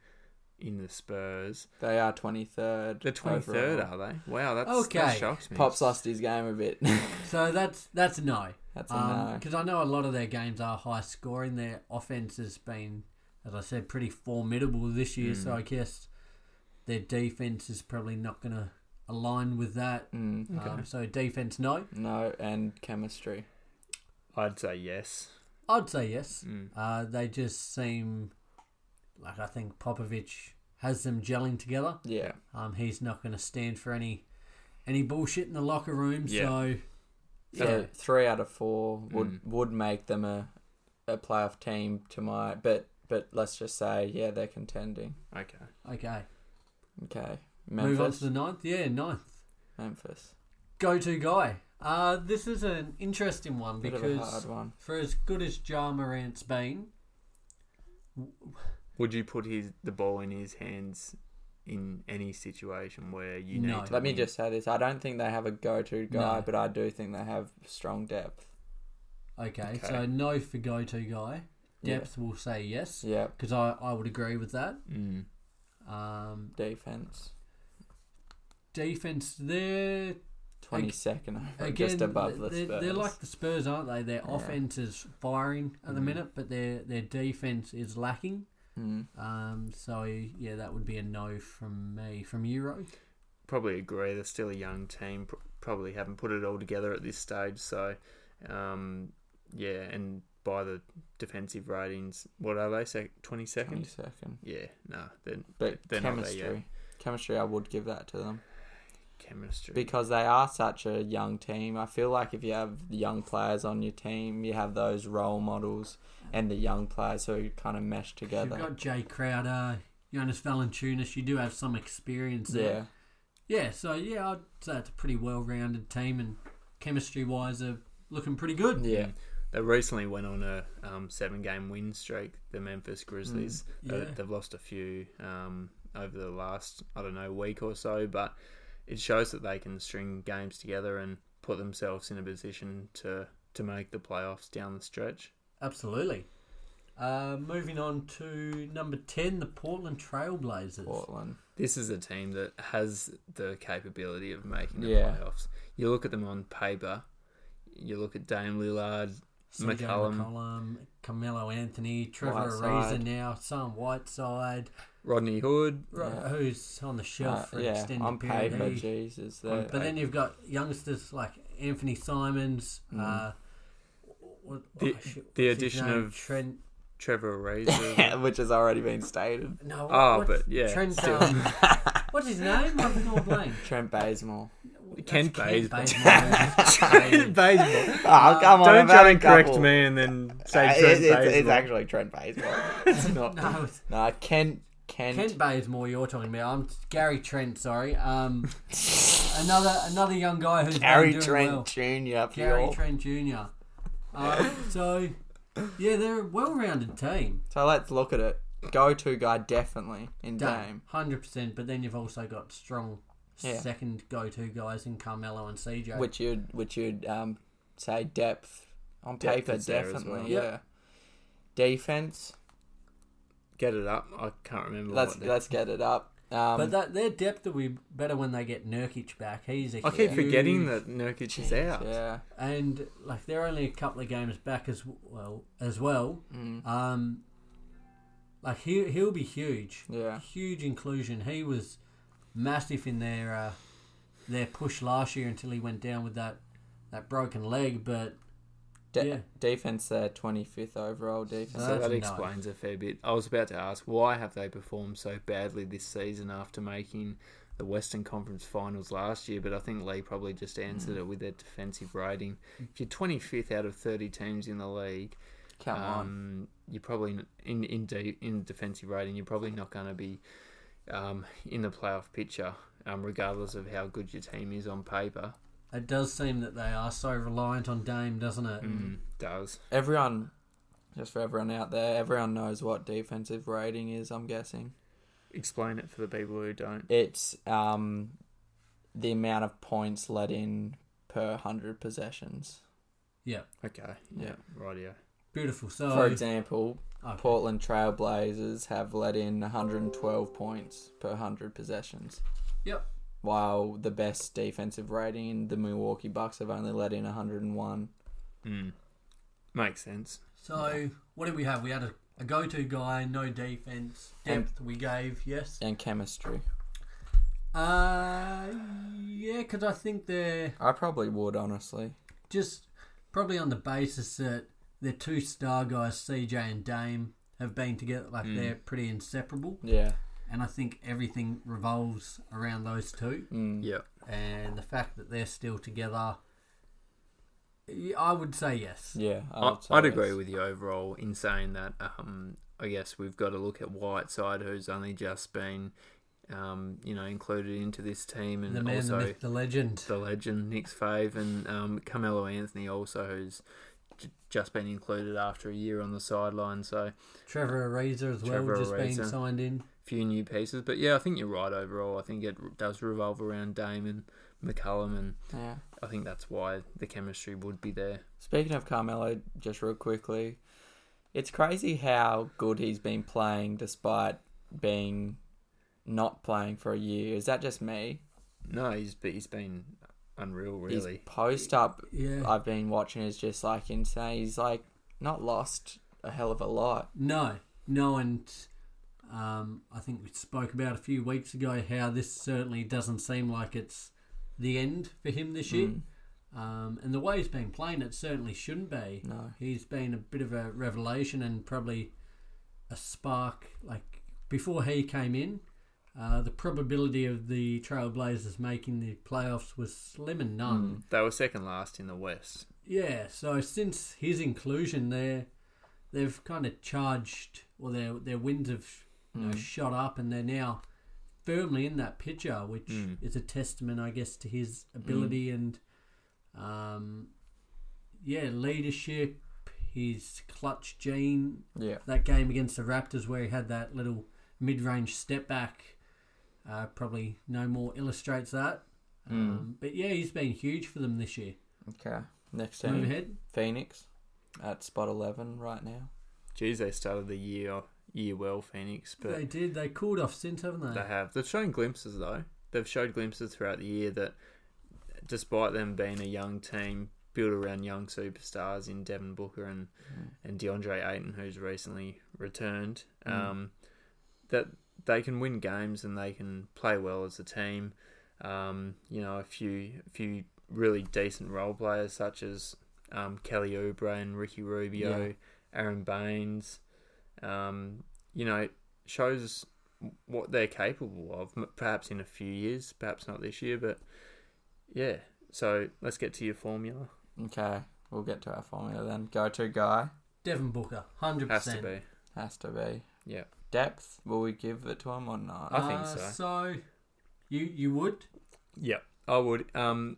in the Spurs. They are 23rd. The twenty third, overall. are they? Wow, that's, that Okay. shocks me. Pops lost his game a bit. <laughs> So that's that's a no. That's a no. Because Um, I know a lot of their games are high scoring. Their offense has been, as I said, pretty formidable this year. Mm. So I guess their defense is probably not going to align with that. Mm, Um, so defense, no. no, and chemistry. I'd say yes. I'd say yes. Mm. Uh, they just seem like I think Popovich has them gelling together. Yeah. Um, he's not going to stand for any any bullshit in the locker room. Yeah. So So Yeah. Mm. three out of four would would make them a a playoff team to my but but let's just say yeah they're contending. Okay. okay, Okay. move on Memphis. to the ninth. Yeah, ninth. Memphis. go-to guy. Uh, this is an interesting one Bit of a hard because one. for as good as Ja Morant's been, Would you put his the ball in his hands in any situation where you No. need to? Let me win? just say this. I don't think they have a go to guy, Mm. No. but I do think they have strong depth. okay, Okay. so no for go-to guy. Depth will say yes Yeah. because I, I would agree with that. Mm. Um, Defense. defense there Twenty second over again. just above the they're, Spurs. they're like the Spurs, aren't they? Their Yeah. offense is firing at the minute, but their their defense is lacking. Mm. Um, so yeah, that would be a no from me from Euro. Probably agree. They're still a young team. pr- Probably haven't put it all together at this stage. So, um, yeah, and by the defensive ratings, what are they? Sec- 22nd? second. Yeah, no. Then But They're not there chemistry, yet. chemistry, I would give that to them chemistry. because they are such a young team. I feel like if you have young players on your team, you have those role models and the young players who kind of mesh You've together. got Jay Crowder, Jonas Valanciunas. You do have some experience. there. Yeah, Yeah, so yeah, I'd say it's a pretty well rounded team and chemistry wise are looking pretty good. yeah, They recently went on a um, seven game win streak, the Memphis Grizzlies. They- yeah. They've lost a few um, over the last, I don't know, week or so, but it shows that they can string games together and put themselves in a position to, to make the playoffs down the stretch. Absolutely. Uh, moving on to number 10, the Portland Trailblazers. Portland. This is a team that has the capability of making the Yeah. playoffs. You look at them on paper, you look at Dame Lillard, CJ McCollum. McCollum, Camilo Anthony, Trevor Ariza Whiteside. now, Sam Whiteside, Rodney Hood, right, Yeah. who's on the shelf Uh, for an yeah, extended on period. paper, He- Jesus, Um, they're- but <laughs> then you've got youngsters like Anthony Simons. Mm. Uh, what, The- oh, shit, the what's his addition name? of- Trent. Trevor <laughs> Razor. which has already been stated. <laughs> No, Oh, what- but yeah, Trent. still. Um, <laughs> what's his name? I'm not blank. Trent Bazemore. Kent Kent Bazemore. <laughs> Bazemore. Baseball. <laughs> Uh, Oh, come on, Don't I've try had a and correct couple. me and then say Uh, Trent it's, it's, it's Bazemore. actually Trent <laughs> Bazemore. it's not. no, it's Nah, Kent. Kent. Kent Bazemore. You're talking about. I'm Gary Trent. Sorry. <laughs> Um, another another young guy who's Gary been doing Trent well. Jr. for Gary your- Trent Jr. <laughs> Uh, so, yeah, they're a well-rounded team. So let's look at it. Go to guy definitely in Dame. Hundred percent. But then you've also got strong Yeah. second go-to guys in Carmelo and CJ. Which you'd which you'd um say depth on Depth paper is there as definitely well. yeah. Defense. Get it up. I can't remember. Let's what they- let's get it up. Um, but that their depth will be better when they get Nurkic back. He's a I keep huge- forgetting that Nurkic is out. yeah. and like they're only a couple of games back as well as well. Mm. Um, like he he'll be huge, Yeah. huge inclusion. He was massive in their uh, their push last year until he went down with that that broken leg. But De- Yeah. Defense there, twenty fifth overall defense. So That's that nice. explains a fair bit. I was about to ask why have they performed so badly this season after making the Western Conference Finals last year, but I think Lee probably just Hmm. answered it with their defensive rating. If you're 25th out of 30 teams in the league, Come on. um, you're probably n- in in de- in defensive rating. You're probably not going to be um, in the playoff picture, um, regardless of how good your team is on paper. it does seem that they are so reliant on Dame, doesn't it? Mm. Mm. Does Everyone just for everyone out there, everyone knows what defensive rating is, I'm guessing. explain it for the people who don't. It's um the amount of points let in per hundred possessions. Yeah, Okay. Yeah. Right. Yeah. beautiful. So For example, Oh. Okay. Portland Trailblazers have let in 112 points per 100 possessions, yep, while the best defensive rating in the Milwaukee Bucks have only let in 101. Makes sense. so what did we have? We had a, a go-to guy, no defense, depth. we gave yes. And chemistry. Uh, yeah, because I think they're I probably would, honestly. just probably on the basis that their two star guys, CJ and Dame, have been together. Like Mm. they're pretty inseparable, Yeah. and I think everything revolves around those two. Yeah. And the fact that they're still together, y- I would say yes. Yeah. I I, would say I'd agree yes. with you overall in saying that. Um, I guess we've got to look at Whiteside, who's only just been, um, you know, included into this team, and The man, also the myth, the legend. the legend Nick's fave, and um, Carmelo Anthony also, who's j- just been included after a year on the sideline. So a Trevor Ariza as well, Trevor just being Ariza. signed in. few new pieces, but yeah, I think you're right overall. I think it r- does revolve around Damon McCullum, and Yeah. I think that's why the chemistry would be there. Speaking of Carmelo, just real quickly, it's crazy how good he's been playing despite being not playing for a year. Is that just me? No, he's be- he's been unreal, His really. post up Yeah. I've been watching is just like insane. He's like not lost a hell of a lot. No, no, and um, I think we spoke about a few weeks ago how this certainly doesn't seem like it's the end for him this year. Um, and the way he's been playing, it certainly shouldn't be. No. He's been a bit of a revelation and probably a spark. Like before he came in, uh, the probability of the Trailblazers making the playoffs was slim and none. They were second last in the West. Yeah, so since his inclusion, there, they've kind of charged, or their their wins have you know, shot up, and they're now firmly in that picture, which is a testament, I guess, to his ability and, um, yeah, leadership, his clutch gene. Yeah. That game against the Raptors, where he had that little mid range step back, uh, probably no more illustrates that. Um, but yeah, he's been huge for them this year. Okay. Next Move team, ahead. Phoenix, at spot eleven right now. Geez, they started the year year well, Phoenix, but they did. They cooled off since, haven't they? They have. They've shown glimpses though. They've showed glimpses throughout the year that, despite them being a young team built around young superstars in Devin Booker and and DeAndre Ayton, who's recently returned, um, that they can win games and they can play well as a team. Um, you know, a few a few really decent role players such as um, Kelly Oubre and Ricky Rubio, Yeah. Aaron Baines. Um, you know, shows what they're capable of. m- Perhaps in a few years, perhaps not this year, but yeah. So let's get to your formula. Okay, we'll get to our formula then. Go to guy Devin Booker, hundred Has to percent. be. has to be Yeah. depth. Will we give it to him or not? I think so. Uh, So, you you would? Yep. I would. Um,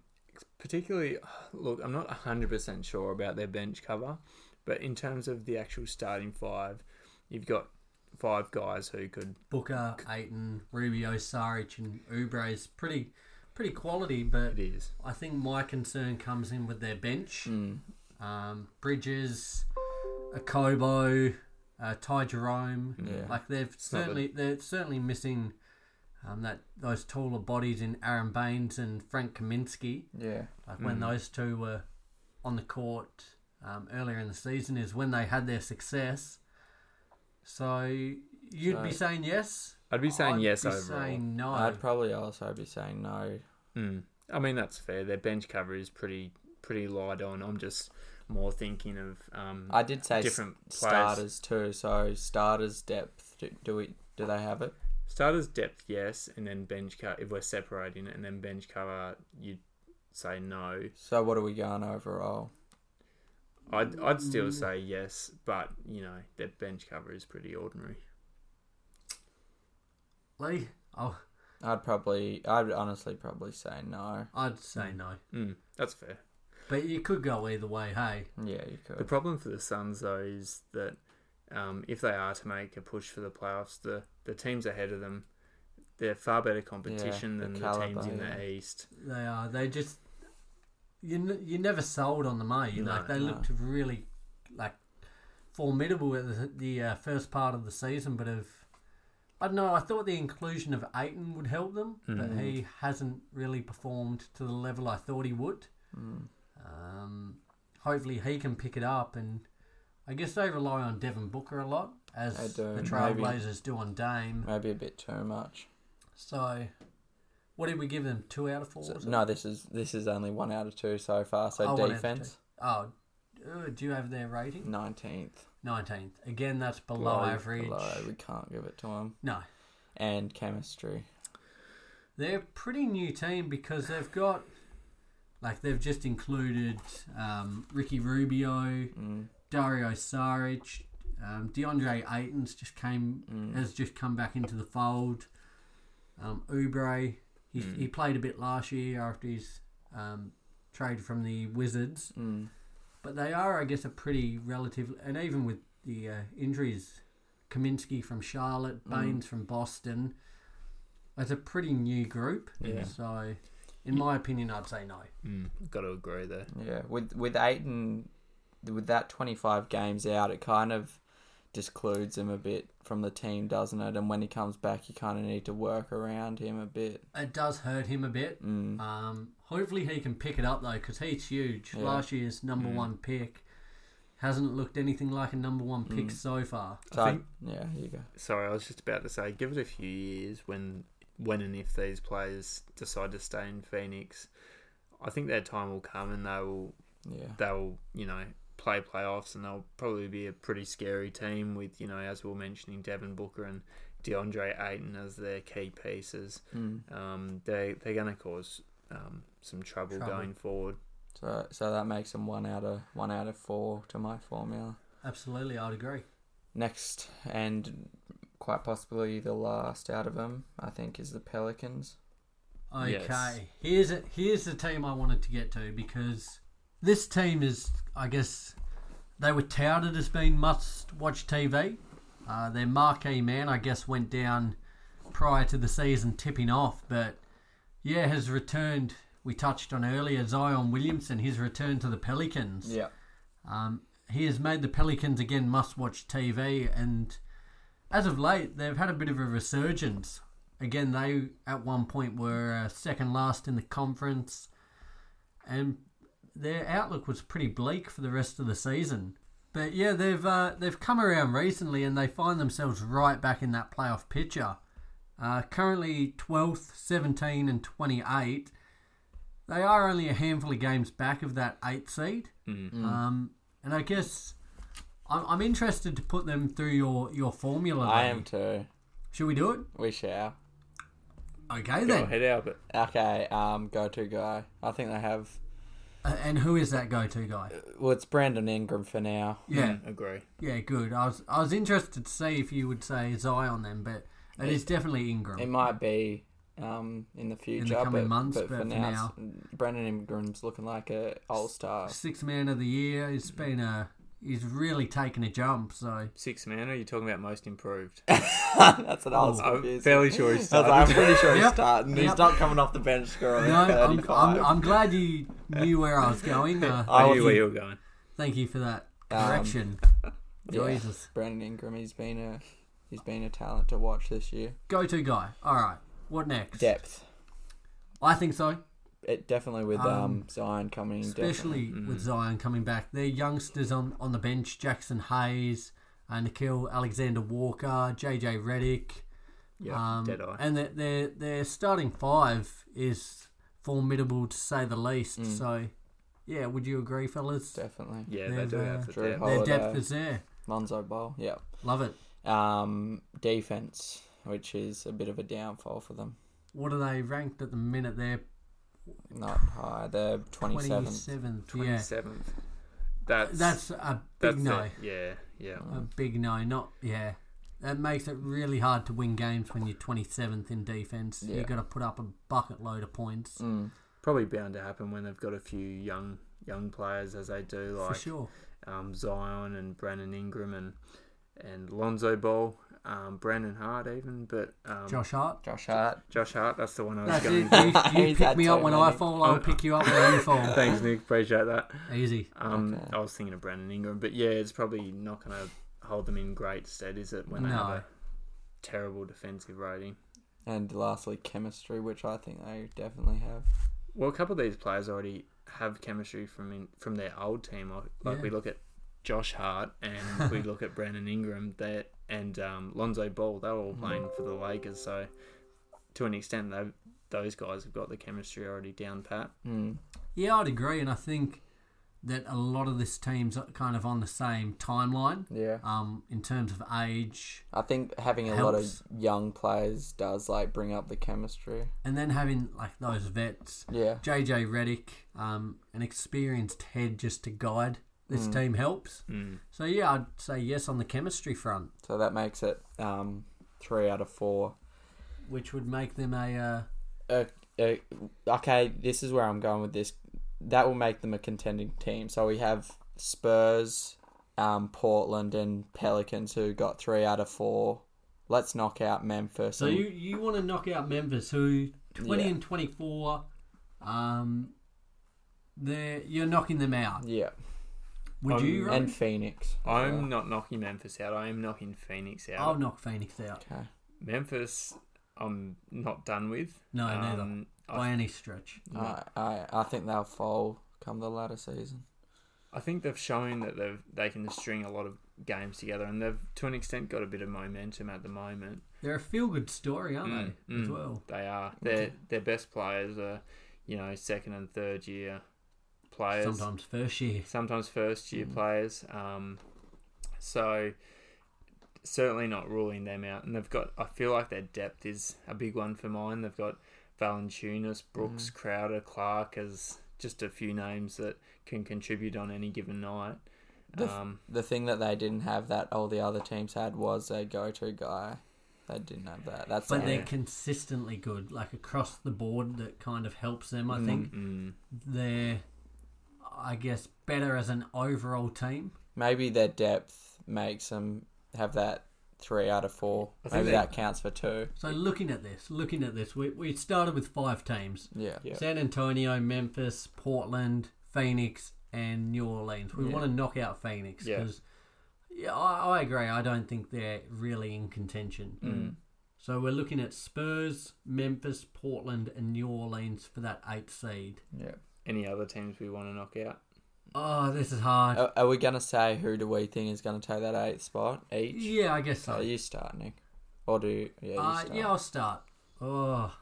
particularly, look, I'm not 100% sure about their bench cover, but in terms of the actual starting five, you've got five guys who could. Booker, Aiton, Rubio, Saric, and Oubre is pretty pretty quality, but It is. I think my concern comes in with their bench. Hmm. Um, Bridges, Akobo, uh, Ty Jerome. Yeah. Like they've not certainly they're certainly missing um, that those taller bodies in Aaron Baines and Frank Kaminsky. Yeah. like Hmm. when those two were on the court um, earlier in the season is when they had their success. So you'd be So- saying yes. I'd be saying I'd yes be overall. saying no. I'd probably also be saying no. Mm. I mean that's fair. Their bench cover is pretty pretty light on. I'm just more thinking of um, I did say different s- players. starters too. So starters depth. Do, do we? Do they have it? Starters depth, yes, and then bench cover. If we're separating it, and then bench cover, you'd say no. So what are we going overall? I'd, I'd still Mm. say yes, but you know their bench cover is pretty ordinary. Lee, Oh, i I'd probably. I'd honestly probably say no. I'd say no. Mm, that's fair. But you could go either way, hey. Yeah, you The could. problem for the Suns though is that um, if they are to make a push for the playoffs, the the teams ahead of them, they're far better competition the than the, caliber, teams in yeah. the East. They are. They just. You n- you never sold on them, eh? You No, like they no. looked really like formidable at the, the uh, first part of the season, but have I don't know. I thought the inclusion of Aiton would help them, Mm. but he hasn't really performed to the level I thought he would. Mm. Um, hopefully, he can pick it up, and I guess they rely on Devin Booker a lot, as They do, the maybe. Trailblazers do on Dame. Maybe a bit too much. So, what did we give them? Two out of four? So- was it? no, this is this is only one out of two so far. So Oh, one out of defense, Oh, uh, do you have their rating? nineteenth. Nineteenth. Again, that's below average. we can't give it to him. No, And chemistry. they're a pretty new team because they've got, like, they've just included um, Ricky Rubio, Dario Saric, um, DeAndre Ayton's just came has just come back into the fold. Um, Ubre, he he played a bit last year after his um, trade from the Wizards. Mm. But they are, I guess, a pretty relative, and even with the uh, injuries, Kaminsky from Charlotte, Baines from Boston, that's a pretty new group. Yeah. So, in my opinion, I'd say no. Mm, got to agree there. Yeah, with with Aiton, with that twenty five games out, it kind of discludes him a bit from the team, doesn't it? And when he comes back, you kind of need to work around him a bit. It does hurt him a bit. Mm. Um, hopefully, he can pick it up though, because he's huge. Yeah. Last year's number one pick hasn't looked anything like a number one pick so far. So I think- yeah, here you go. Sorry, I was just about to say, give it a few years when when and if these players decide to stay in Phoenix. I think their time will come and they will Yeah. they'll you know play playoffs and they'll probably be a pretty scary team with you know as we were mentioning Devin Booker and DeAndre Ayton as their key pieces. Hmm. Um, they they're going to cause um, some trouble, Trouble. going forward. So so that makes them one out of one out of four to my formula. Absolutely, I'd agree. Next and quite possibly the last out of them, I think, is the Pelicans. Okay, Yes. here's a, here's the team I wanted to get to because this team is, I guess, they were touted as being must-watch TV. Uh, their marquee man, I guess, went down prior to the season tipping off, but yeah, has returned. We touched on earlier Zion Williamson, his return to the Pelicans. Um, he has made the Pelicans again must watch TV, and as of late, they've had a bit of a resurgence. Again, they at one point were uh, second last in the conference, and their outlook was pretty bleak for the rest of the season. But yeah, they've uh, they've come around recently, and they find themselves right back in that playoff picture. Uh, currently 12th, 17, and 28. They are only a handful of games back of that eighth seed. Um, and I guess I'm, I'm interested to put them through your, your formula. I though. am too. Should we do it? We shall. Okay Go then. ahead, Albert. Okay, um, go to guy. I think they have. Uh, and who is that go-to guy? Well, it's Brandon Ingram for now. Yeah, Mm, Agree. yeah, good. I was I was interested to see if you would say Zion then, but it is definitely Ingram. It might be um, in the future, coming but, months, but, for now, it's- Brandon Ingram's looking like a all star. Sixth man of the year. He's been a he's really taken a jump. So Six man? Are you talking about most <laughs> improved? That's what I was I'm confused. fairly sure he I was like, started. I'm pretty sure he's Oh. Yep. starting. Yep. He's not coming off the bench scoring. no, I'm, oh, 35. I'm, I'm glad you knew where I was going. Uh, I I knew where you were going. thank you for that Um, correction. yeah. Jesus. Brandon Ingram, he's been a he's been a talent to watch this year. Go-to guy. All right. What next? Depth, I think so. it definitely with um, Zion coming, in, definitely. especially with Zion coming back. Their youngsters on, on the bench: Jackson Hayes, uh, Nikhil Alexander Walker, JJ Reddick, Yeah, dead eye. Um, and their, their their starting five is formidable to say the least. Mm. So, yeah, would you agree, fellas? definitely Yeah, they they've, do have uh, the Drew depth. Their Holiday. depth is there. Lonzo Ball. Yeah, Love it. um, defense, which is a bit of a downfall for them. What are they ranked at the minute? They're Not high. They're twenty seventh. twenty-seventh. Twenty Yeah, seventh. That's that's a big Um, that's no. it. Yeah, yeah. A big no, not yeah. That makes it really hard to win games when you're 27th in defense. Yeah. Mm, You've got to put up a bucket load of points Probably bound to happen when they've got a few young young players as they do, for like sure. um, Zion and Brandon Ingram and and Lonzo Ball, um, Brandon Hart even, but um, Josh Josh. Hart. Josh Hart. Hart. That's the one I was That's it. going. You, you <laughs> He's pick had me so up when I many. fall. I'll pick you up when you fall. <laughs> <laughs> Thanks, Nick. Appreciate that. Easy. Um, I was thinking of Brandon Ingram, but yeah, it's probably not going to hold them in great stead, is it? When they have No. a terrible defensive rating. And lastly, chemistry, which I think they definitely have. Well, a couple of these players already have chemistry from in, from their old team. Like, like Yeah. we look at Josh Hart <laughs> and we look at Brandon Ingram that and um, Lonzo Ball. They were all Mm-hmm. playing for the Lakers, so to an extent, they those guys have got the chemistry already down pat. Yeah, I'd agree, and I think that a lot of this team's kind of on the same timeline. Yeah. Um, in terms of age, I think having a lot Helps. of young players does like bring up the chemistry. and then having like those vets. Yeah. JJ Reddick, um, an experienced head just to guide this team helps. Mm. So yeah, I'd say yes on the chemistry front, So that makes it um, three out of four. which would make them a uh, Uh, uh, okay, this is where I'm going with this. That will make them a contending team. So we have Spurs, um, Portland, and Pelicans who got three out of four. Let's knock out Memphis. So and- you, you want to knock out Memphis, who twenty Yeah. and twenty four, um, they you're knocking them out. yeah, Would Um, you? Ryan? and Phoenix. Oh, as I'm well. not knocking Memphis out. I am knocking Phoenix out. Mm-hmm. I'll knock Phoenix out. Okay. Memphis, I'm not done with. No, Um, neither by any stretch. I, I I think they'll fall come the latter season. I think they've shown that they they can string a lot of games together, and they've to an extent got a bit of momentum at the moment. They're a feel good story, aren't Mm, they? As well. They are. Their their best players are, you know, second and third year players. Sometimes first year. sometimes first year players. Um, so certainly not ruling them out. And they've got, I feel like their depth is a big one for mine. They've got Valentunas, Brooks, Crowder, Clark as just a few names that can contribute on any given night. The f- um, The thing that they didn't have that all the other teams had was a go-to guy. They didn't have that. That's But the they're only- consistently good, like across the board. That kind of helps them. I think mm, they're, I guess, better as an overall team. maybe their depth makes them have that three out of four. I think Maybe they- that counts for two. So looking at this, looking at this, we we started with five teams: Yeah. Yeah. San Antonio, Memphis, Portland, Phoenix, and New Orleans. We Yeah. want to knock out Phoenix Yeah. because, yeah, I, I agree. I don't think they're really in contention. Mm. So we're looking at Spurs, Memphis, Portland, and New Orleans for that eight seed. Yeah. any other teams we want to knock out. Oh, this is hard. Are, are we gonna say who do we think is gonna take that eighth spot each? yeah, I guess so. So you start, Nick, or do you, yeah? You Uh, start. yeah, I'll start. Oh,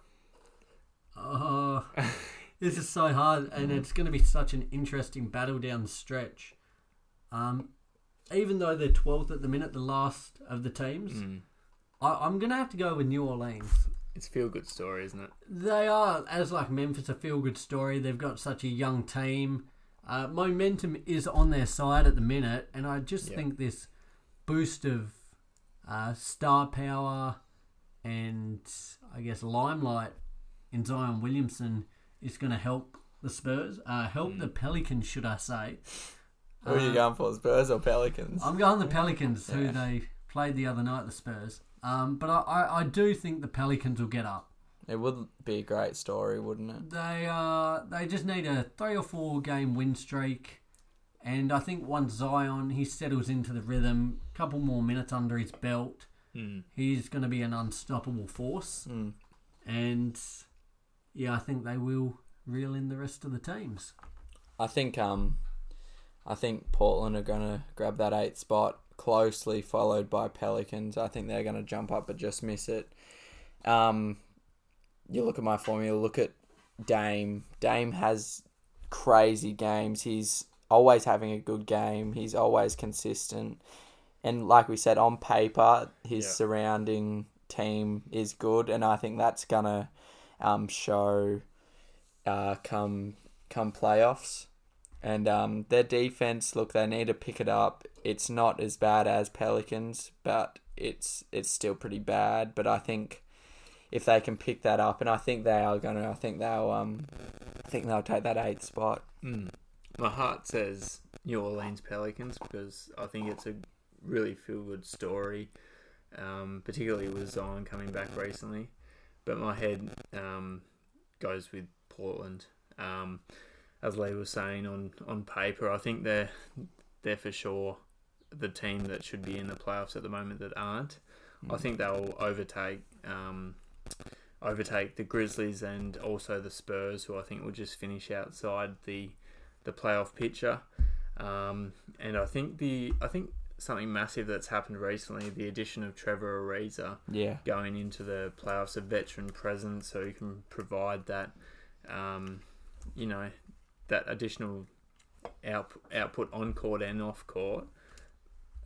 oh, <laughs> this is so hard, and it's going to be such an interesting battle down the stretch. Um, even though they're twelfth at the minute, the last of the teams, I, I'm going to have to go with New Orleans. It's a feel good story, isn't it? They are, as like Memphis, a feel good story. They've got such a young team. Uh, momentum is on their side at the minute, and I just Yeah. think this boost of uh, star power and I guess limelight in Zion Williamson is going to help the Spurs, uh, help the Pelicans, should I say? Who are you going for, Spurs or Pelicans? uh, I'm going the Pelicans, who they played the other night, the Spurs. Um, but I, I, I do think the Pelicans will get up. It would be a great story, wouldn't it? They uh, they just need a three or four game win streak, and I think once Zion he settles into the rhythm, couple more minutes under his belt, he's going to be an unstoppable force. And yeah, I think they will reel in the rest of the teams. I think um, I think Portland are gonna grab that eighth spot closely, followed by Pelicans. I think they're gonna jump up but just miss it. Um, you look at my formula. Look at Dame. Dame has crazy games. He's always having a good game. He's always consistent. And like we said, on paper, his Yeah. surrounding team is good, and I think that's gonna um, show uh, come come playoffs. And um, their defense, look, they need to pick it up. It's not as bad as Pelicans, but it's it's still pretty bad. But I think if they can pick that up, and I think they are gonna, I think they'll, um, I think they'll take that eighth spot. My heart says New Orleans Pelicans because I think it's a really feel good story, um, particularly with Zion coming back recently. But my head um, goes with Portland. Um, as Lee was saying on, on paper, I think they're they're for sure the team that should be in the playoffs at the moment that aren't. I think they'll overtake um, overtake the Grizzlies and also the Spurs, who I think will just finish outside the the playoff picture. Um, and I think the I think something massive that's happened recently, the addition of Trevor Ariza Yeah, going into the playoffs, a veteran presence, so he can provide that, um, you know, that additional out, output on court and off court.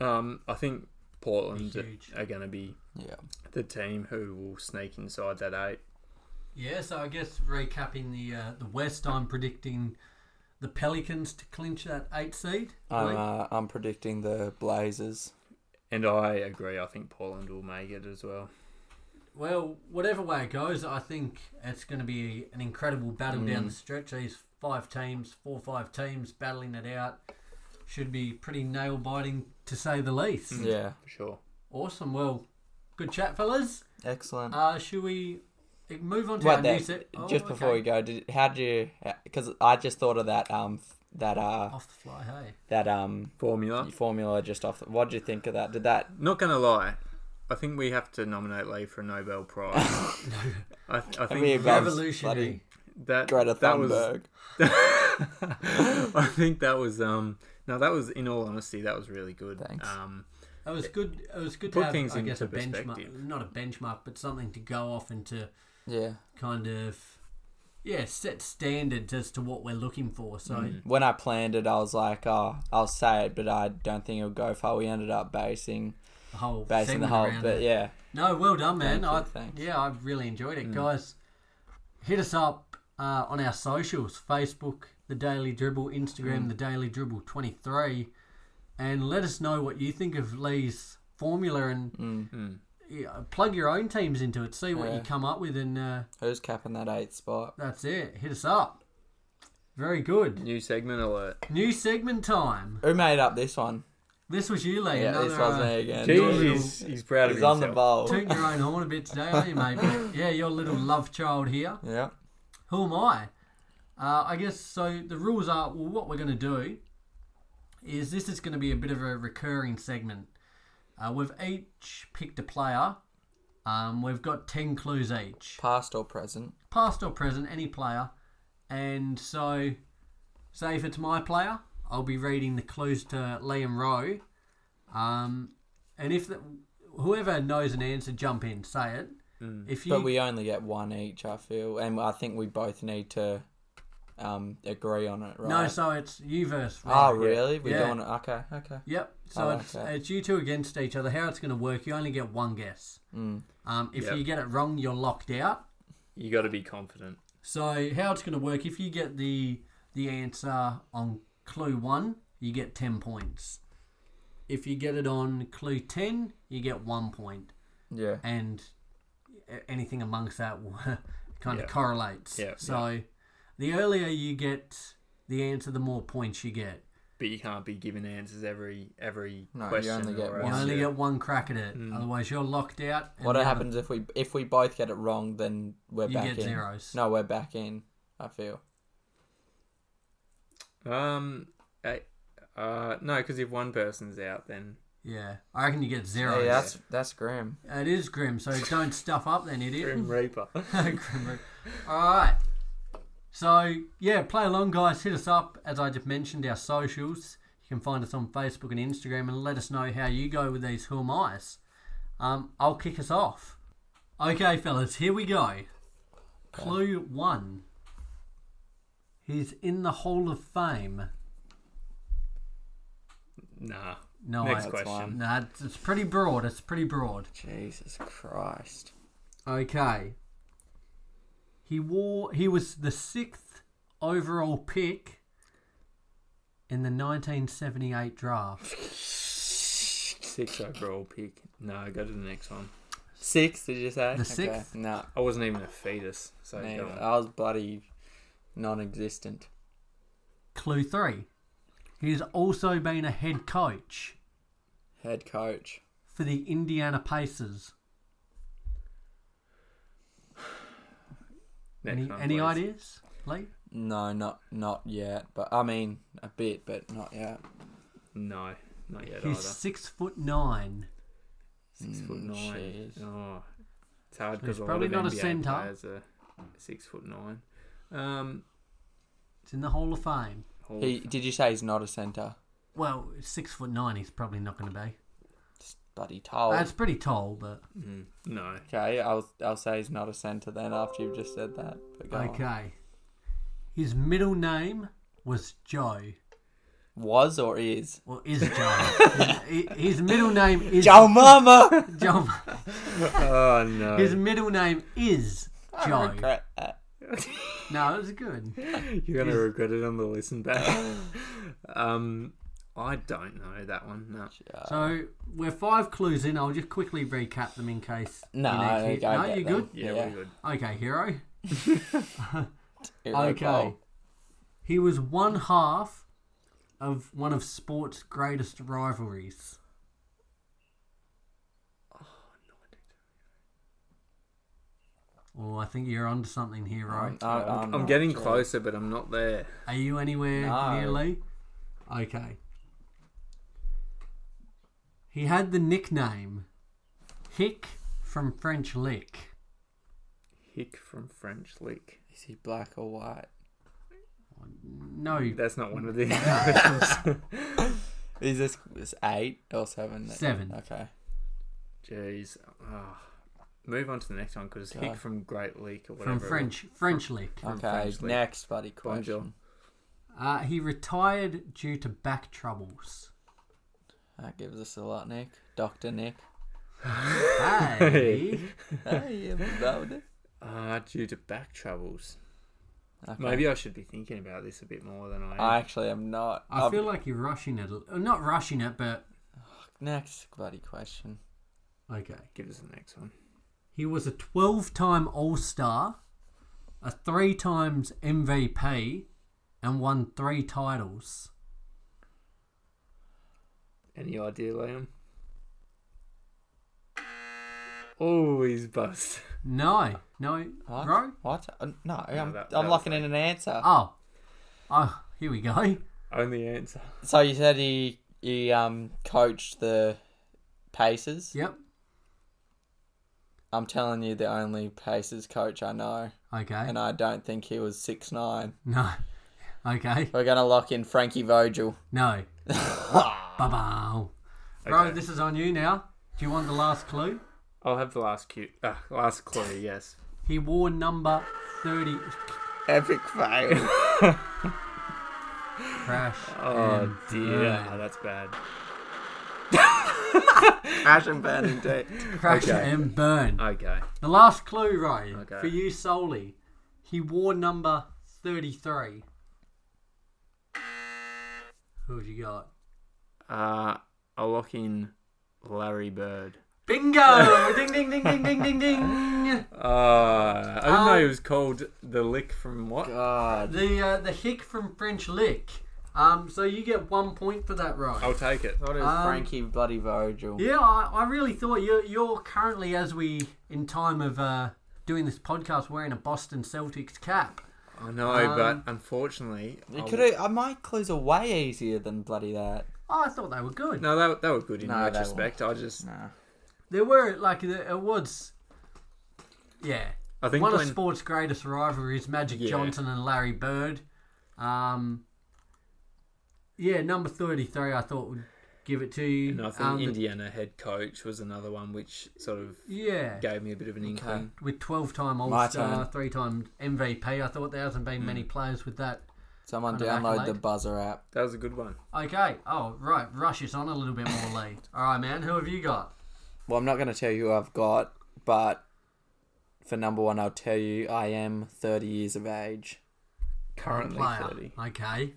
Um, I think Portland Huge. are going to be yeah. the team who will sneak inside that eight. Yeah, so I guess recapping the uh, the West, I'm predicting the Pelicans to clinch that eight seed. I'm, uh, I'm predicting the Blazers. And I agree. I think Portland will make it as well. Well, whatever way it goes, I think it's going to be an incredible battle Mm. down the stretch. These five teams, four or five teams battling it out should be pretty nail biting to say the least. Yeah, For sure. Awesome. Well, good chat, fellas. excellent. Uh, should we move on to our Wait, new there, set? Oh, just before we okay. go, did how do you? Because I just thought of that um f- that uh Off the fly, hey. that um Formula. formula just off. The, what did you think of that? Did that? Not gonna lie, I think we have to nominate Lee for a Nobel <laughs> Prize. I, th- I That'd be a think great- Revolutionary. bloody that Greta that was. Thunberg. <laughs> I think that was um. No, that was in all honesty, that was really good. Thanks. Um, It was good. It was good to Put have, things I guess, a into benchmark. perspective. Not a benchmark, but something to go off and to Yeah, kind of yeah, set standards as to what we're looking for. So When I planned it, I was like, oh, I'll say it, but I don't think it'll go far. We ended up basing the whole basing the segment whole, around but it. yeah, No, well done, man. Thank you, I, thanks. Mm. Yeah, I really enjoyed it, guys. Hit us up uh, on our socials: Facebook, The Daily Dribble, Mm. Instagram, The Daily Dribble Twenty Three, and let us know what you think of Lee's formula and yeah, plug your own teams into it. See what you Mm. Yeah. come up with, and uh, who's capping that eighth spot? that's it. Hit us up. Very good. New segment alert. New segment time. Who made up this one? This was you, Lee. Yeah, another, this was uh, me again. Jeez, he's, he's proud of He's on the himself. ball. <laughs> Toot your own horn a bit today, aren't you, mate? But yeah, your little love child here. Yeah. Who am I? Uh, I guess so. The rules are well, what we're going to do is this is going to be a bit of a recurring segment. Uh, we've each picked a player. Um, we've got 10 clues each, Past or present? past or present, any player. And so, say if it's my player, I'll be reading the clues to Liam Rowe. Um, and if the, whoever knows an answer, jump in, say it. If you Mm. But we only get one each, I feel, and I think we both need to um, agree on it, right? no, so it's you versus Rowe. oh, really? We Yeah. doing it? Okay, okay. Yep. So I like it's that. it's you two against each other. How it's going to work? You only get one guess. Mm. Um, if Yep. you get it wrong, you're locked out. You got to be confident. So how it's going to work? If you get the the answer on clue one, you get ten points. If you get it on clue ten, you get one point, Yeah. and a- anything amongst that <laughs> will kind Yep. of correlates. Yep, So the earlier you get the answer, the more points you get. But you can't be giving answers every every No, you question. only get or You one. else- only yeah. get one crack at it. Otherwise, you're locked out. and What the other- happens if we if we both get it wrong? Then we're You back get in. zeros. No, we're back in. I feel. Um, I, uh, no, because if one person's out, then <laughs> Yeah, I reckon you get Yeah, zero. that's that's grim. It is grim, so don't stuff up then, idiot. Grim Reaper. <laughs> Grim Reaper. All right. So, yeah, play along, guys. Hit us up. As I just mentioned, our socials. You can find us on Facebook and Instagram and let us know how you go with these Who Am I's. Um, I'll kick us off. Okay, fellas, here we go. Clue one. He's in the Hall of Fame. nah. No, Next I- question. Nah, it's- it's pretty broad. It's pretty broad. Jesus Christ. Okay. He wore he was the sixth overall pick in the nineteen seventy eight draft. Six overall pick. No, go to the next one. Six? Did you say The sixth? No, I wasn't even a fetus, so man, go on. I was bloody non-existent. Clue three. He has also been a head coach Head coach. for the Indiana Pacers. Next any one, any please. ideas, Lee? No, not not yet. But I mean, a bit, but not yet. No, not yet He's <laughs> either. six foot nine. Six foot Mm, nine. jeez. Oh, it's hard So because he's probably a lot not a of NBA centre. players are six foot nine. Um, It's in the Hall of Fame. Hall He of- did you say he's not a centre? Well, six foot nine. He's probably not going to be. Just bloody Oh. tall. That's pretty tall, but Mm, no, Okay, I'll I'll say he's not a centre then after you've just said that. Oh. But go on. okay. His middle name was Joe. Was or <laughs> is? Well, is Joe. his, his middle name is Joe <laughs> Mama. Joe. oh no. His middle name is Joe. Regret that. No, it was good. You're gonna regret it on the listen back. <laughs> um, I don't know that one. No. So we're five clues in. I'll just quickly recap them in case. you No, need to hear- okay, I no, get you them. good? Yeah, Yeah. we're good. Okay, hero. It Okay. revolved. He was one half of one of sport's greatest rivalries. Oh, I think you're onto something here, right? I- I'm, I'm, not getting sure. closer, but I'm not there. Are you anywhere No. near Lee? Okay. He had the nickname Hick from French Lick. Hick from French Lick. Is he black or white? No, That's not one of the <laughs> questions. Is this, this eight or seven? Seven. Okay. Jeez. ah, Move on to the next one because Okay. Hick from Great Leak or whatever. From French French League. Okay, French league. next buddy Bonjour. question. Uh, he retired due to back <laughs> troubles. That gives us a lot, Nick. <laughs> Doctor Nick. Hey. Hey, you about it? Ah, due to back troubles. Okay. Maybe I should be thinking about this a bit more than I am. I actually am not. I Um, I've- feel like you're rushing it. a- Not rushing it, but next buddy question. okay. Give us the next one. He was a 12 time All Star, a three times MVP, and won three titles. Any idea, Liam? Oh, he's bust. <laughs> No, no, What? bro. What? Uh, no, I'm, that- that I'm was locking in an answer. Oh, oh, here we go. <laughs> Only answer. So you said he he um coached the Pacers. Yep. I'm telling you, the only Pacers coach I know, Okay. and I don't think he was six nine. No. Okay. We're gonna lock in Frankie Vogel. <laughs> No. Bye bye. Bro, Okay. this is on you now. Do you want the last clue? I'll have the last cue. Uh, last clue, <laughs> yes. He wore number 30. Epic fail. Crash. <laughs> Oh and dear, burn. Ah, that's <laughs> bad. Crash and burn <laughs> indeed. Crash Okay. and burn. Okay. The last clue, Ray, Okay. for you solely. He wore number 33. Who'd you got? Uh, I'll lock in Larry Bird. <laughs> Bingo! ding, ding, ding, ding, ding, ding, ding. Uh, I didn't know Um, he was called the lick from what? God. The, uh, the hick from French Lick. Um, so you get one point for that, Ray. I'll take it. What is Um, Frankie bloody Vogel? Yeah, I, I really thought you're, you're currently, as we in time of uh, doing this podcast, wearing a Boston Celtics cap. I know, Um, but unfortunately, You I- could have. I might clues are way easier than bloody that. Oh, I thought they were good. No, that that were good in No, they retrospect. I just, Nah. There were like the- it was, yeah. I think One when, of sports' greatest rivalries: Magic Yeah. Johnson and Larry Bird. Um, yeah, number thirty-three. I thought would give it to you. and I think Um, the- Indiana head coach was another one which sort of yeah, gave me a bit of an inkling. with twelve-time My All-Star, turn. Hmm. three-time MVP. I thought there hasn't been many players with that. Someone Kind of download the accolade. buzzer app. That was a good one. Okay. Oh, right. Rush is on a little bit more lead. All right, man. Who have you got? Well, I'm not going to tell you who I've got, but for number one, I'll tell you I am 30 years of age. Currently Player. 30. Okay.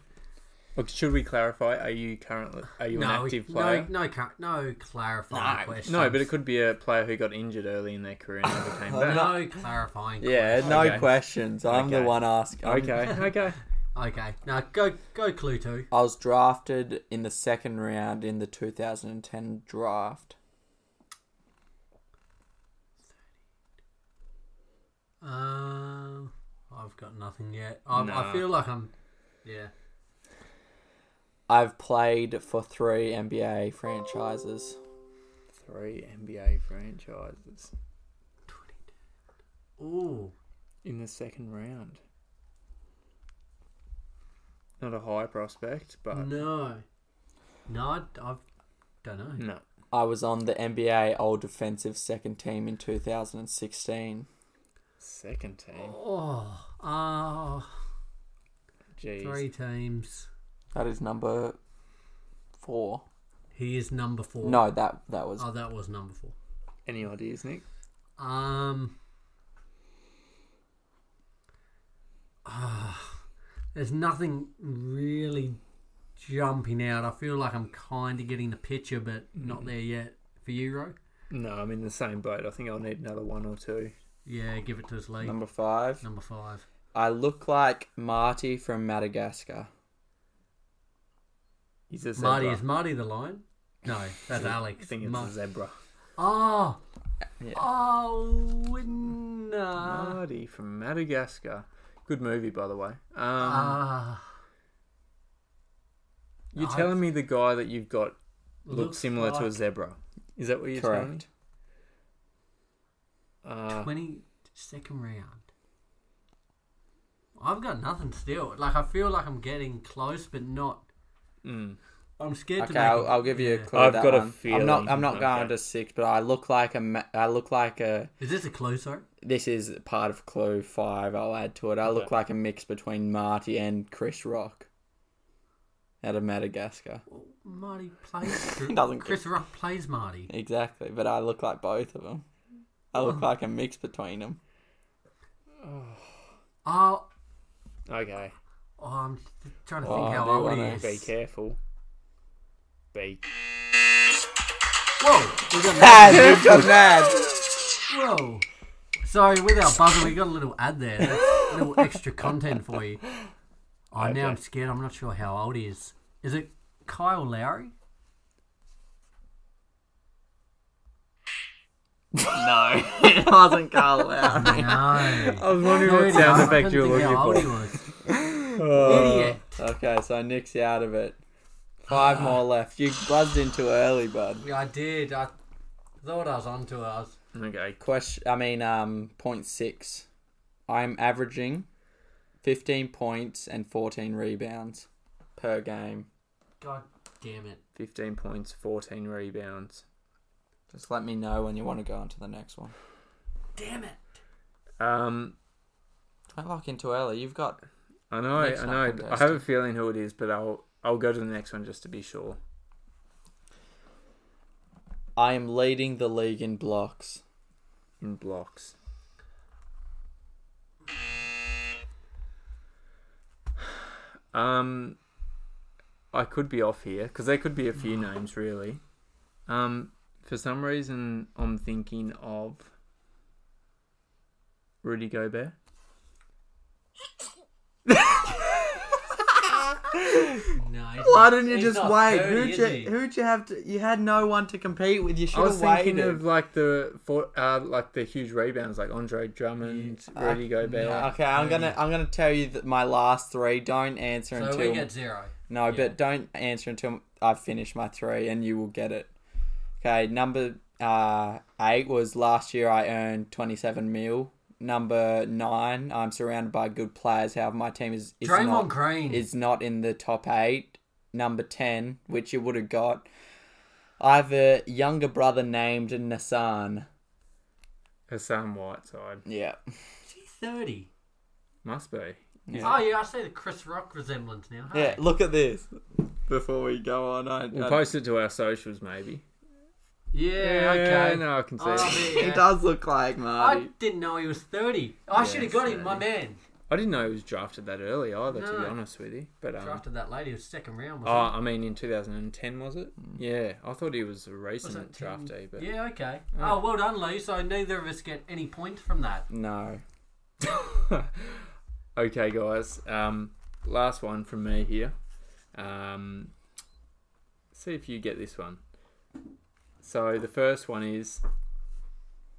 Look, should we clarify? Are you currently are you an No, active no, player? no, ca- no clarifying questions. No, but it could be a player who got injured early in their career and never <laughs> Oh, came back. No clarifying. Yeah, no Okay. questions. I'm the Okay. one asking. Okay, <laughs> okay. Okay. Now go go clue two. I was drafted in the second round in the 2010 draft. Um, I've got nothing yet. I, I Nah. feel like I'm. Yeah. I've played for three NBA franchises. Three NBA franchises Ooh. in the second round. Not a high prospect, but No. No, I, I don't know. no. I was on the NBA All Defensive Second Team in 2016. Second team. Oh, oh, Jeez. three teams. That is number four. He is number four. No, that that was Oh, that was number four. Any ideas, Nick? Um. ah, there's nothing really jumping out. I feel like I'm kind of getting the picture, but Mm-hmm. not there yet. For Euro, No, I'm in the same boat. I think I'll need another one or two. yeah, give it to us, Lee. number five. Number five. I look like Marty from Madagascar. He's a zebra. Marty is Marty the lion? No, that's uh, <laughs> I Alex. think it's Mar- a zebra. oh, Yeah. oh no. Marty from Madagascar. Good movie, by the way. Um, Ah, you're I- telling me the guy that you've got looks, looks similar to a Ah, like zebra. Is that what you're telling me? Correct. Uh, twenty second round. I've got nothing still. Like I feel like I'm getting close, but not. mm. I'm scared to Okay, make I'll, it. I'll give you a Yeah. clue. I've that got a one. I'm not. I'm not feeling. going Okay. to six, but I look like a. ma- I look like a. Is this a clue, sorry? This is part of Clue Five. I'll add to it. I look like a mix between Marty and Chris Rock. Out of Madagascar, Marty <laughs> plays Doesn't Chris Rock plays Marty. exactly. But I look like both of them. I look like a mix between them. Oh, Okay. oh I'm trying to Oh, think I how do old he wanna- is. Be careful. Be. Whoa, we got Mad, you've <laughs> got mad. Whoa. Sorry, with our buzzer, we got a little ad there. That's a little extra content for you. Oh, now I'm scared. I'm not sure how old he is. Is it Kyle Lowry? <laughs> No, it wasn't Carl Lowry. No. <laughs> I was wondering what sound effect you were looking how old he for. was. Idiot. Okay, so Nick's out of it. Five more left. You buzzed in too early, bud. Yeah, I did. I thought I was onto it. I was... Okay. Question. I mean, um, point six. I'm averaging fifteen points and fourteen rebounds per game. God damn it. 15 points, 14 rebounds. Just let me know when you want to go on to the next one. Damn it. Um, Don't lock in too early. You've got I know, Next I know. one, I have a feeling who it is, but I'll I'll go to the next one just to be sure. I am leading the league in blocks. In blocks. Um, I could be off here because there could be a few names really. Um, for some reason, I'm thinking of Rudy Gobert. No. he's <laughs> Why not- didn't you he's just not wait? 30, who'd is you he? who'd you have to you had no one to compete with. You should I was have thinking waited. of like the for, uh, like the huge rebounds, like Andre Drummond, Ah, Rudy Gobert. Okay, I'm gonna I'm gonna tell you that my last three. Don't answer So until we get zero. no, yeah. but don't answer until I finish my three, and you will get it. Okay, number uh, eight was last year I earned twenty seven mil. Number nine, I'm surrounded by good players. However, my team is is Draymond not Green. is not in the top eight. Number ten, which you would have got. I have a younger brother named Nassan. Hassan Whiteside. Yeah. Is he 30? Must be. Oh, yeah, I see the Chris Rock resemblance now. Hey. Yeah, look at this. Before we go on, I, We'll I- <laughs> post it to our socials, maybe. Uh, Yeah, okay. no, I can see. Oh, it. yeah. He does look like I Marty. didn't know he was 30. I should have got him, my man. I didn't know he was drafted that early either, to be No. honest with you. But um, Drafted that lady, was second round. oh, Was I mean, in 2010 was it? Yeah, I thought he was a Mm. Was recent that 10? draftee, but it? Yeah, okay. Oh, well done, Lee. So neither of us get any points from that. No. <laughs> okay, guys. Um, last one from me here. Um, see if you get this one. So the first one is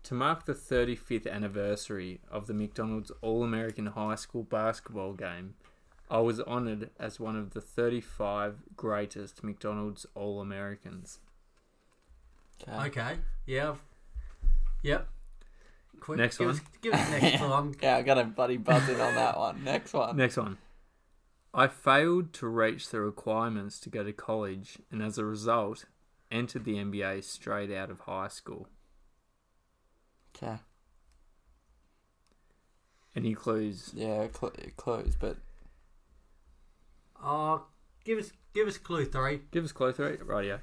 to mark the 35th anniversary of the McDonald's All-American High School basketball game. I was honoured as one of the 35 greatest McDonald's All-Americans. Uh, Okay. Yeah. I've- Yep. Quick, Next give one. Us, give us the next <laughs> one. Yeah, I got a buddy buzzing on that one. Next one. Next one. I failed to reach the requirements to go to college and as a result entered the NBA straight out of high school. Okay. Any clues? Yeah, cl- close, but Oh, give us give us clue three. Give us clue three. Right, yeah.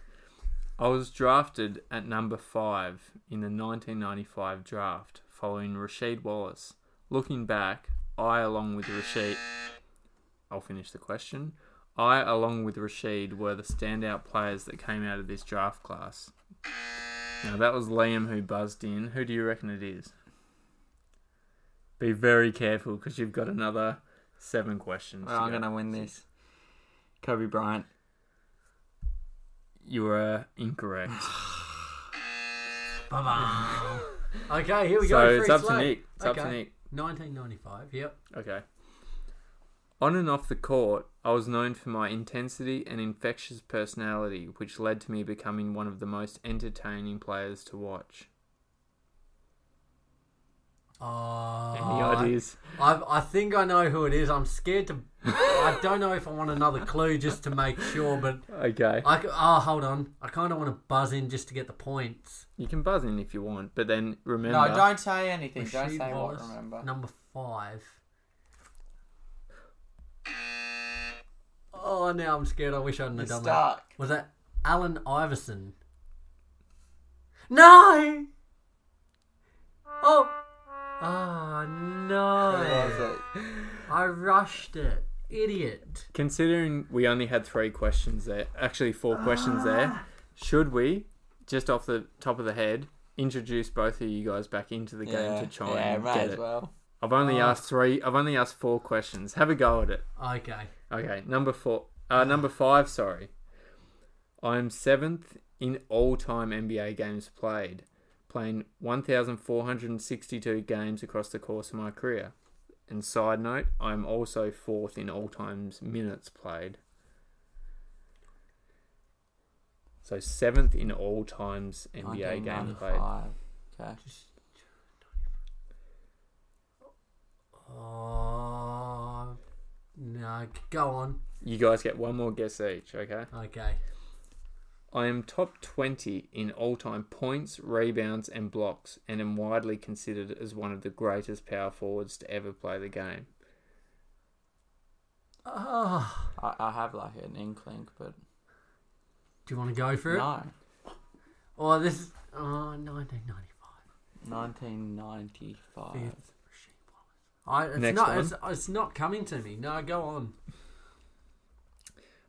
I was drafted at number five in the 1995 draft following Rasheed Wallace. Looking back, I, along with Rasheed. I'll finish the question. I, along with Rashid, were the standout players that came out of this draft class. Now, that was Liam who buzzed in. Who do you reckon it is? Be very careful because you've got another seven questions. Well, I'm go. gonna win this. Kobe Bryant. You were incorrect. <laughs> Bye bye. okay, here we so go. it's free up to slate. Nick. It's up to Okay. Nick. 1995. Yep. Okay. On and off the court, I was known for my intensity and infectious personality, which led to me becoming one of the most entertaining players to watch. Any Oh, ideas? I, I think I know who it is. I'm scared to. I don't know if I want another clue just to make sure, but Okay. I c- oh, hold on. I kind of want to buzz in just to get the points. You can buzz in if you want, but then remember. No, don't say anything. Don't She say what. was Remember. number five. Oh, now I'm scared. I wish I hadn't have It's done dark. that. Was that Alan Iverson? No. Oh. Oh no. What was it? I rushed it. Idiot. Considering we only had three questions there, actually four questions Ah. there, should we, just off the top of the head, introduce both of you guys back into the game to try yeah, and may get as it? well. I've only Oh. asked three. I've only asked four questions. Have a go at it. Okay. Okay, number four. Uh, number five. Sorry, I'm seventh in all-time NBA games played, playing 1,462 games across the course of my career. And side note, I'm also fourth in all times minutes played. So seventh in all times NBA games played. 1995. Okay. Oh no. Go on. You guys get one more guess each. Okay. Okay. I am top 20 in all time points, rebounds, and blocks, and am widely considered as one of the greatest power forwards to ever play the game. Oh. I, I have like an inkling, but Do you want to go for it? no. Oh, this is. Oh, 1995. 1995. Fifth. I, it's Uh, Next not. one. It's, it's not coming to me. No, go on.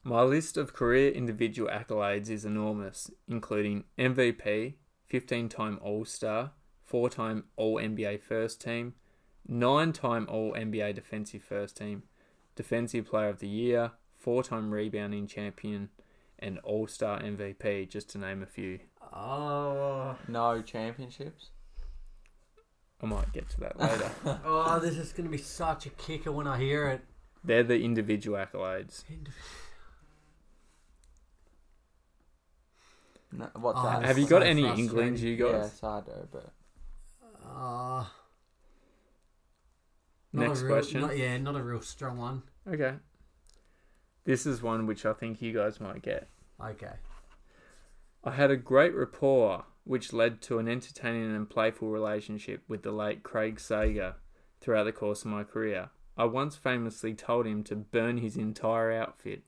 My list of career individual accolades is enormous, including MVP, 15 time All Star, 4 time All NBA First Team, 9 time All NBA Defensive First Team, Defensive Player of the Year, 4 time Rebounding Champion, and All Star MVP, just to name a few. Oh. No championships. I might get to that later. Oh, this is gonna be such a kicker when I hear it. They're the individual accolades. No, what's Oh, that? That's Ah, Have you got so any frustrating. inklings, you guys? Yes, I do, but Uh, not a Next real- question. not- yeah, not a real strong one. Okay. This is one which I think you guys might get. Okay. I had a great rapport, which led to an entertaining and playful relationship with the late Craig Sager throughout the course of my career. I once famously told him to burn his entire outfit.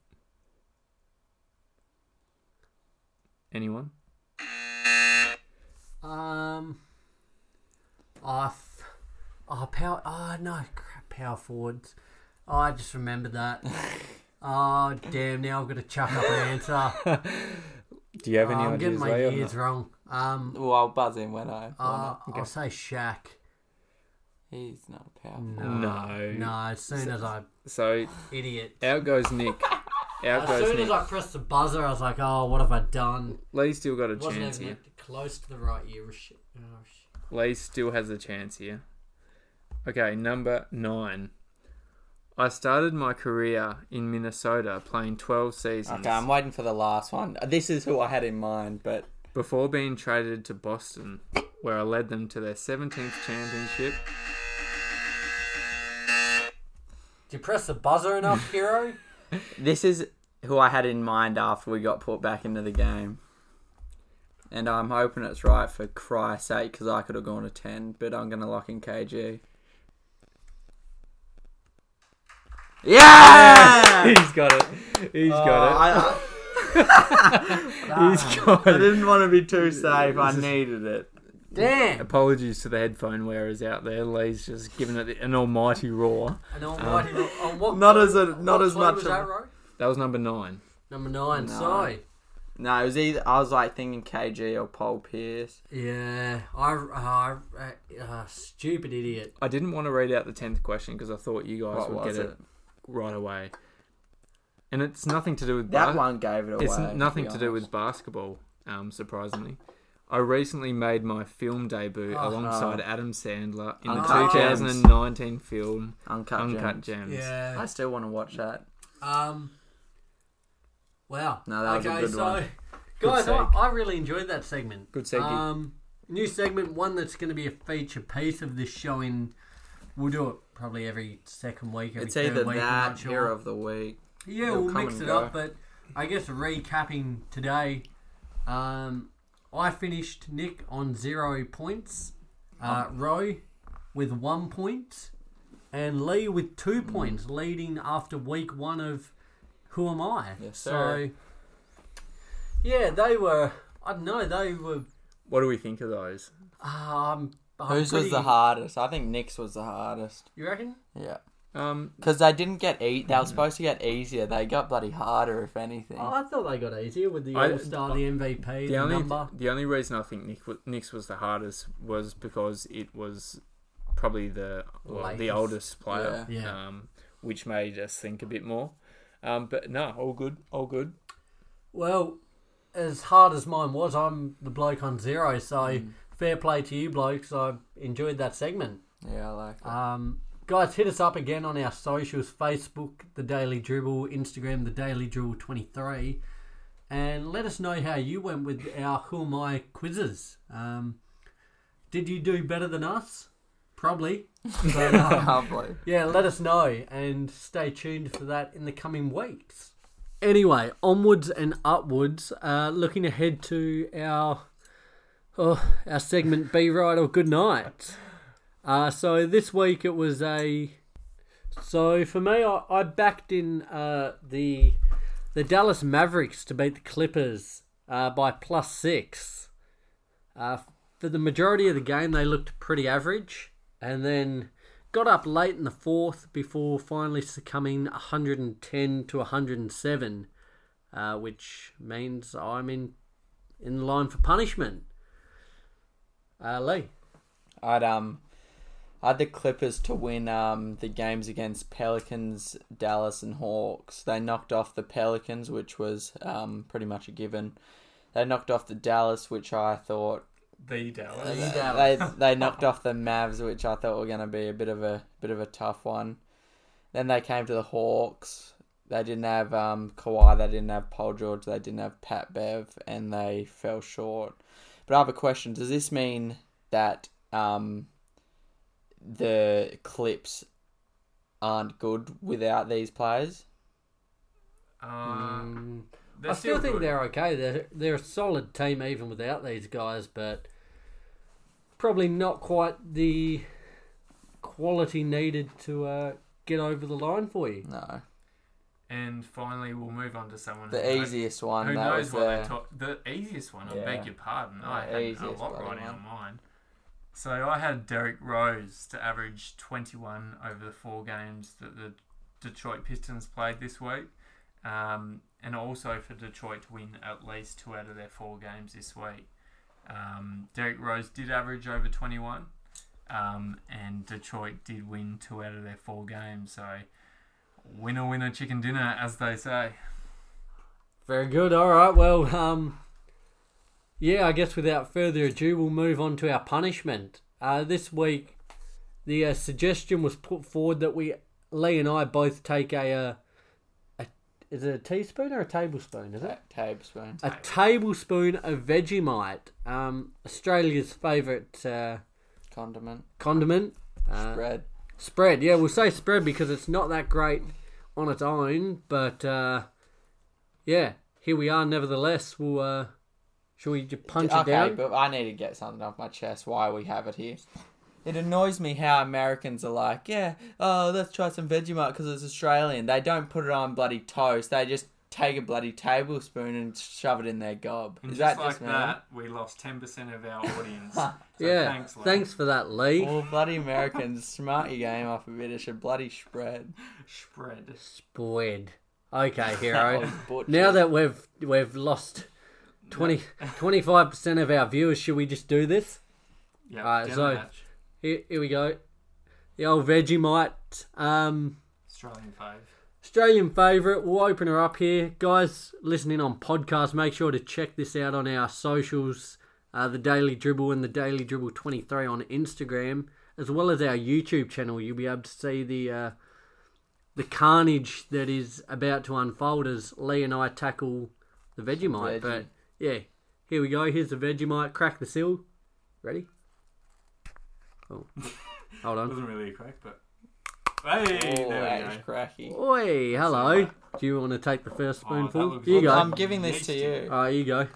Anyone? Um. I. F- oh, power. Oh no, crap, power forwards. Oh, I just remembered <laughs> that. oh damn! Now I've got to chuck up an answer. Do you have any Oh, I'm getting ideas? my Leo, or not? years wrong. Um. well, I'll buzz in when I. Uh, Ah. want I'll say Shaq. it. He's not powerful. No. No. No. As soon as I So idiot. out <laughs> goes Nick. Out As goes soon Nick. as I pressed the buzzer, I was like, "Oh, what have I done?" Lee's still got a chance Wasn't here. even close to the right year. Shit. Oh, shit. Lee still has a chance here. Okay, number nine. I started my career in Minnesota playing 12 seasons Okay, I'm waiting for the last one. This is who I had in mind, but before being traded to Boston, where I led them to their 17th <laughs> championship. <laughs> Did you press the buzzer <laughs> enough, hero? this is who I had in mind after we got put back into the game. And I'm hoping it's right for Christ's sake because I could have gone to 10, but I'm going to lock in KG. <laughs> Yeah! He's got it. He's got I, Oh, it. He's got I it. didn't want to be too safe. I needed it. Damn. Apologies to the headphone wearers out there. Lee's just giving it an almighty roar. An almighty. on what Uh, Not as a, what not as clue much. Was of- that right? That was number nine. Number nine. No. Sorry. No, it was either I was like thinking KG or Paul Pierce. Yeah. I. Uh, uh, stupid idiot. I didn't want to read out the 10th question because I thought you guys What would was get it, it? right away. And it's nothing to do with That bas- one gave it away. It's to nothing be to do honest. with basketball, um, surprisingly. I recently made my film debut Oh. alongside Adam Sandler in Uh-huh. Uncut the Gems. 2019 film Uncut, Uncut Gems. Gems. I Yeah. still want to watch that. Um. Wow. No, that was a okay, good so, one. <laughs> Guys, I, seg. I really enjoyed that segment. Good segue. Um, new segment, one that's going to be a feature piece of this show. In we'll do it probably every second week. Every It's third either week, I'm that not sure. hero of the week. Yeah, It'll we'll come mix and it go. up, but I guess recapping today, um, I finished Nick on zero points, uh, Oh. Roy with one point, and Lee with two Mm. points, leading after week one of Who Am I? Yes, sir. So, yeah, they were. I don't know. They were. What do we think of those? Um, I'm Whose was pretty- the hardest? I think Nick's was the hardest. You reckon? Yeah. Um, Because they didn't get eat. Mm. They were supposed to get easier. They got bloody harder, if anything. Oh, I thought they got easier with the I- All Star, the MVP, the, the only number. the only reason I think Nick wa- Nick's was the hardest was because it was probably the well, the Latest. oldest player, Yeah. Yeah. Um, which made us think a bit more. Um, but no, all good, all good. Well, as hard as mine was, I'm the bloke on zero, so fair play to you blokes. I enjoyed that segment. Yeah, I like <laughs> it. Um, guys, hit us up again on our socials Facebook, The Daily Dribble, Instagram, The Daily Dribble 23, and let us know how you went with our Who Am I quizzes. Um, did you do better than us? Probably. But, um, Lovely. yeah, let us know and stay tuned for that in the coming weeks. Anyway, onwards and upwards, uh, looking ahead to our oh, our segment Be Right or Good Night. Uh, so this week it was a. So for me, I, I backed in uh, the the Dallas Mavericks to beat the Clippers uh, by plus six. Uh, for the majority of the game, they looked pretty average, and then got up late in the fourth before finally succumbing 110 to 107, uh, which means I'm in in line for punishment. Uh, Lee, I'd um, I had the Clippers to win um the games against Pelicans, Dallas, and Hawks. They knocked off the Pelicans, which was um pretty much a given. They knocked off the Dallas, which I thought The Dallas. they <laughs> they knocked off the Mavs, which I thought were going to be a bit of a bit of a tough one. Then they came to the Hawks. They didn't have um, Kawhi. They didn't have Paul George. They didn't have Pat Bev, and they fell short. But I have a question: Does this mean that um, the Clips aren't good without these players? Uh, they're I still, think good. they're okay. They're they're a solid team even without these guys, but probably not quite the quality needed to uh, get over the line for you. No, And finally, we'll move on to someone the who- easiest one. Who that knows was what they're the- talking? The easiest one. I Yeah. beg your pardon. I Yeah, had a easiest lot bloody right one. on mine. So I had Derek Rose to average 21 over the four games that the Detroit Pistons played this week, um, and also for Detroit to win at least two out of their four games this week. Um, Derek Rose did average over 21, um, and Detroit did win two out of their four games. So winner, winner, chicken dinner, as they say. Very good. All right. Well, um, yeah, I guess without further ado, we'll move on to our punishment. Uh, this week, the uh, suggestion was put forward that we, Lee and I, both take a, uh, a is it a teaspoon or a tablespoon? Is it? that tablespoon. a tablespoon of Vegemite, um, Australia's favourite uh, condiment condiment uh, bread. spread. Yeah, we'll say spread because it's not that great on its own, but uh, yeah, here we are. Nevertheless, we'll uh, shall we just punch it okay, down? but I need to get something off my chest why we have it here. It annoys me how Americans are like, yeah, oh, let's try some Vegemite because it's Australian. They don't put it on bloody toast. They just take a bloody tablespoon and shove it in their gob. And Is just that like just me? that, we lost ten percent of our <laughs> audience. So yeah, thanks, thanks, Lee. for that, Lee. All bloody Americans <laughs> smart your game off a bit. It's a bloody spread. Spread. Spread. Okay, That hero. was butchered. now that we've we've lost 25 percent of our viewers, should we just do this? Yeah. Alright, down so- the hatch. Here, here we go. The old Vegemite. Um, Australian fave. Australian favourite. We'll open her up here. Guys listening on podcast, make sure to check this out on our socials uh, The Daily Dribble and The Daily Dribble 23 on Instagram, as well as our YouTube channel. You'll be able to see the. Uh, the carnage that is about to unfold as Lee and I tackle the Vegemite. Veggie. But yeah, here we go. Here's the Vegemite. Crack the seal. Ready? <laughs> Oh, hold on. Wasn't really a crack, but. Hey, Oh, there that we is go. cracky. Oi, hello. Do you want to take the first Oh, that spoonful? looks Here you good. go. I'm giving this to you. Ah, here you go.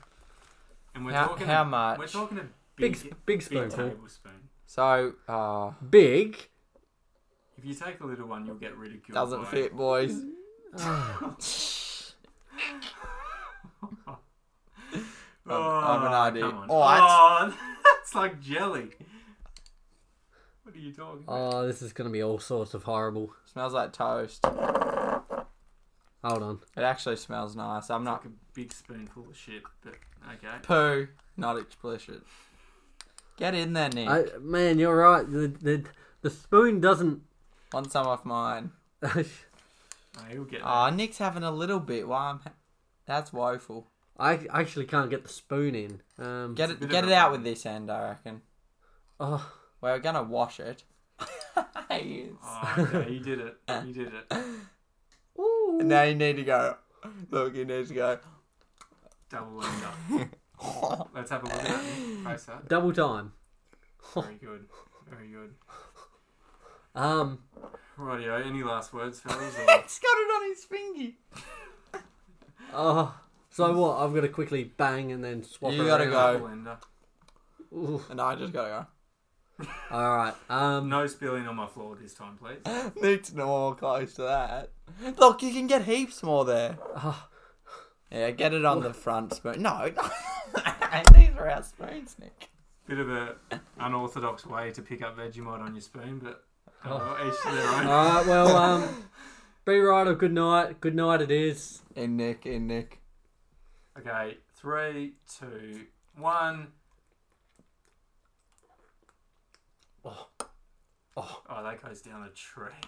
And we're How- talking how a- much? We're talking a Big, big, sp- big big spoonful. tablespoon. So, uh, Big. If you take a little one, you'll get ridiculed. doesn't by- fit, boys. Oh, I've an idea. come on. Alright. Oh, <laughs> that's like jelly. What are you talking about? Oh, this is going to be all sorts of horrible. Smells like toast. Hold on. It actually smells nice. I'm not Like a big spoonful of shit, but okay. poo. Not explicit. Get in there, Nick. I, man, you're right. The, the, the spoon doesn't. <laughs> Want some off mine? I, Oh, you'll get Ah, Nick's having a little bit. While I'm, ha- that's woeful. I actually can't get the spoon in. Um, Get a bit it, get of it a- out with this end. I reckon. oh, Well, we're gonna wash it. Yes. Oh, okay, you did it. You did it. And now you need to go. Look, you need to go. Double end up. <laughs> Let's have a look at that. Price up. double time. Very good. Very good. Um, Rightio, eh? any last words, fellas? <laughs> Or... It's got it on his finger. oh, so what? I've got to quickly bang and then swap You gotta around. go. Double end up. Ooh, And I just gotta all right. Um, No spilling on my floor this time, please. go. <laughs> Nick's no more close to that. Look, you can get heaps more there. Ah. Yeah, get it on the front spoon. No, <laughs> no. these are our spoons, Nick. Bit of a unorthodox way to pick up Vegemite on your spoon, but oh, each to <laughs> their own. all right. Well, um, be right or good night. Good night. It is. In Nick, in Nick. Okay, three, two, one. Oh, oh, that goes down the treat. <laughs>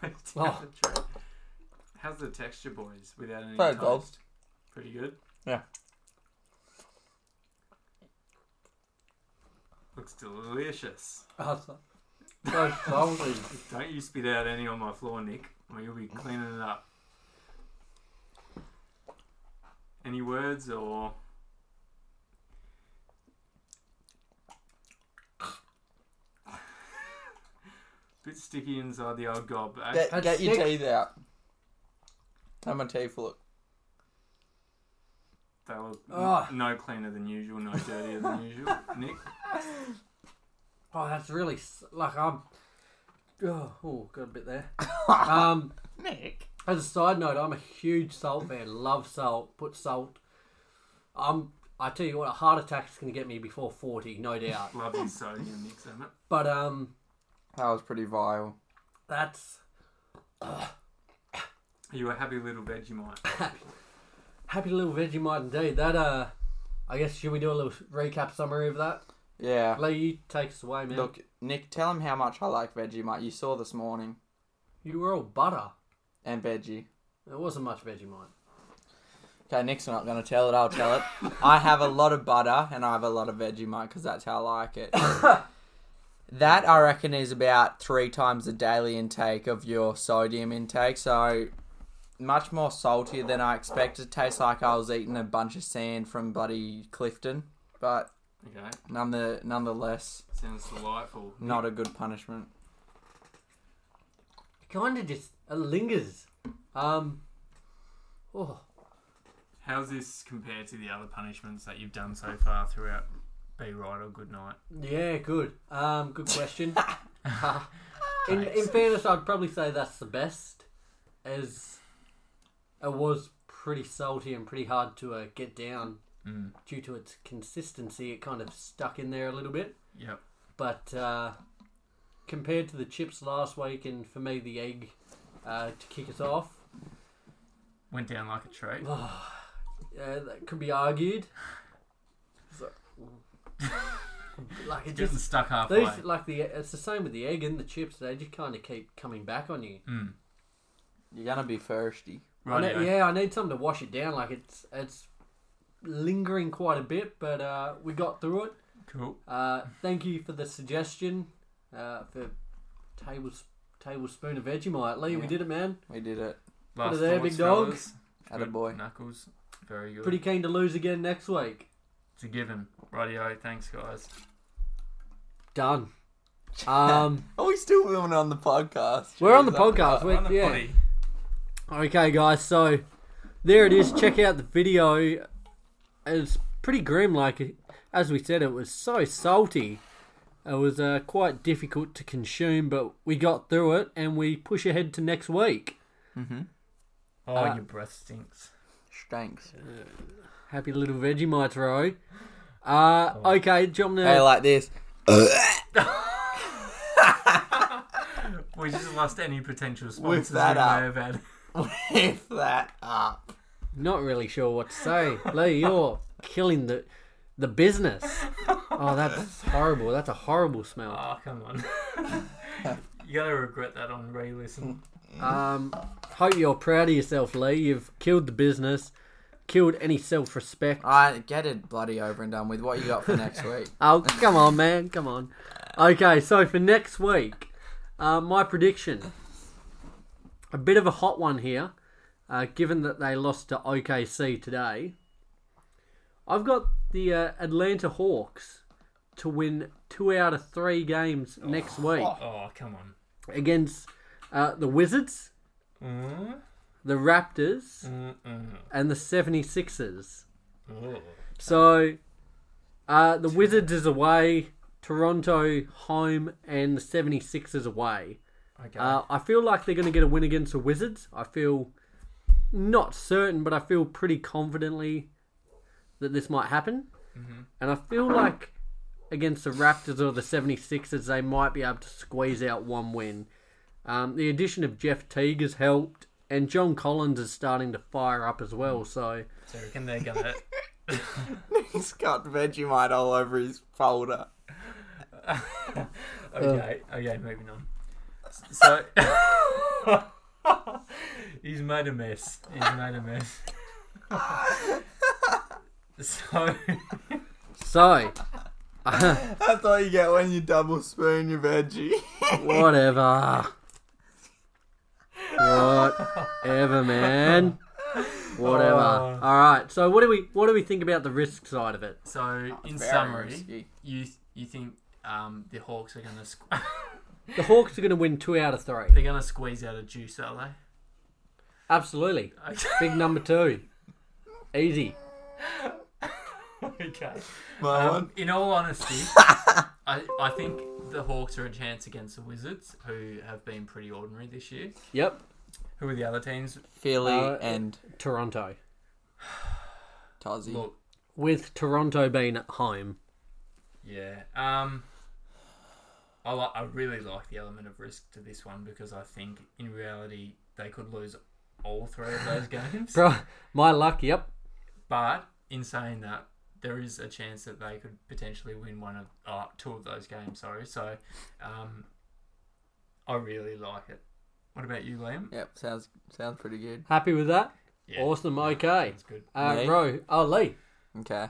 That goes down Oh. the treat. How's the texture, boys? Without any Very toast, good. pretty good. Yeah. Looks delicious. So salty. Don't you spit out any on my floor, Nick, or you'll be cleaning it up. Any words or <laughs> bit sticky inside the old gob? eh? Get, That's get your sick. teeth out. How my teeth look? They look n- Ah. no cleaner than usual, no dirtier than usual. Nick, Oh, that's really s- like I'm. Oh, ooh, got a bit there. <laughs> Um, Nick. as a side note, I'm a huge salt fan. Love salt. Put salt. I'm. I tell you what, a heart attack's gonna get me before forty, no doubt. <laughs> love your sodium, Nick, so much. But um, That was pretty vile. that's You a happy little Vegemite. happy little Vegemite indeed. That uh, I guess should we do a little recap summary of that? Yeah. Lee, you take us away, man. Look, Nick, tell him how much I like Vegemite. You saw this morning. you were all butter. And veggie. There wasn't much Vegemite. Okay, Nick's not going to tell it. I'll tell it. I have a lot of butter and I have a lot of Vegemite because that's how I like <laughs> it. that, I reckon, is about three times the daily intake of your sodium intake. So, much more saltier than I expected. Tastes like I was eating a bunch of sand from Buddy Clifton. But Okay, none the, nonetheless, sounds delightful. not a good punishment. It kind of just it lingers. Um, oh, How's this compared to the other punishments that you've done so far throughout Be Right or Good Night? yeah, good. Um, good question. in, in fairness, I'd probably say that's the best, as it was pretty salty and pretty hard to uh, get down due to its consistency. It kind of stuck in there a little bit. Yep. but uh, compared to the chips last week, and for me the egg uh, to kick us off, Went down like a treat. uh, that could be argued. So, <laughs> like it Getting just stuck halfway. these like the it's the same with the egg and the chips. They just kind of keep coming back on you. Mm. You're going to be thirsty. I Right. ne- yeah, I need something to wash it down. Like it's it's lingering quite a bit, but uh, we got through it. Cool. Uh, thank you for the suggestion uh, for tables tablespoon of Vegemite. Lee, we Yeah. did it, man. We did it. Last there, thoughts, big dog. fellas? Attaboy. Knuckles. Very good. Pretty keen to lose again next week. It's a given. Radio. Thanks, guys. Done. Um, Are we still women on the podcast? we're on the Jeez, I- podcast. We're, On the yeah. potty. Okay, guys, so there it is. Check out the video. It's pretty grim. Like, as we said, it was so salty. It was uh, quite difficult to consume, but we got through it and we push ahead to next week. Oh, Uh, your breath stinks. Stinks. Happy little Vegemite, Roy. Uh, okay, John. Hey, like this. We just lost any potential With sponsors we that may up. have had. Lift that up. Not really sure what to say. Lee, you're killing the the <laughs> business. Oh, that's horrible. That's a horrible smell. <laughs> Oh, come <laughs> on. you gotta regret that on re-listen. Um, hope you're proud of yourself, Lee. You've killed the business, killed any self respect. Alright, get it bloody over and done with. What you got for <laughs> next week? Oh, come on, man. Come on. Okay, so for next week, uh, my prediction a bit of a hot one here, uh, given that they lost to OKC today. I've got the uh, Atlanta Hawks to win two out of three games next week Oh, come <laughs> on. against uh, the Wizards, the Raptors, and the 76ers. So uh, the Wizards is away, Toronto home, and the 76ers away. Okay. Uh, I feel like they're going to get a win against the Wizards. I feel not certain, but I feel pretty confidently that this might happen. And I feel like against the Raptors or the 76ers, they might be able to squeeze out one win. Um, the addition of Jeff Teague has helped, and John Collins is starting to fire up as well. So, so I reckon they're <laughs> gonna. He's got Vegemite all over his folder. Okay. Um, Okay. Moving on. S- So. <laughs> He's made a mess. He's made a mess. so. so That's all you get when you double spoon your <laughs> veggie. whatever. Whatever, man. Whatever. Oh. All right. So, what do we what do we think about the risk side of it? So in Very summary, risky. you you think um, the Hawks are gonna squ- <laughs> The Hawks are going to win two out of three. they're gonna squeeze out a juice, are Absolutely. they? <laughs> Big number two. Easy. okay. My Um, one. in all honesty, I, I think the Hawks are a chance against the Wizards, who have been pretty ordinary this year. Yep. Who are the other teams? Philly Uh, and Toronto. Tozzy. Look, With Toronto being at home. <laughs> yeah. Um, I li- I really like the element of risk to this one because I think in reality they could lose all three of <laughs> those games. Bro, my luck. Yep. But in saying that, there is a chance that they could potentially win one of uh, two of those games. Sorry, so um, I really like it. What about you, Liam? Yep, sounds sounds pretty good. Happy with that? Yeah. Awesome. Okay. That's good. Uh, Lee? Ro. Oh, Lee. Okay.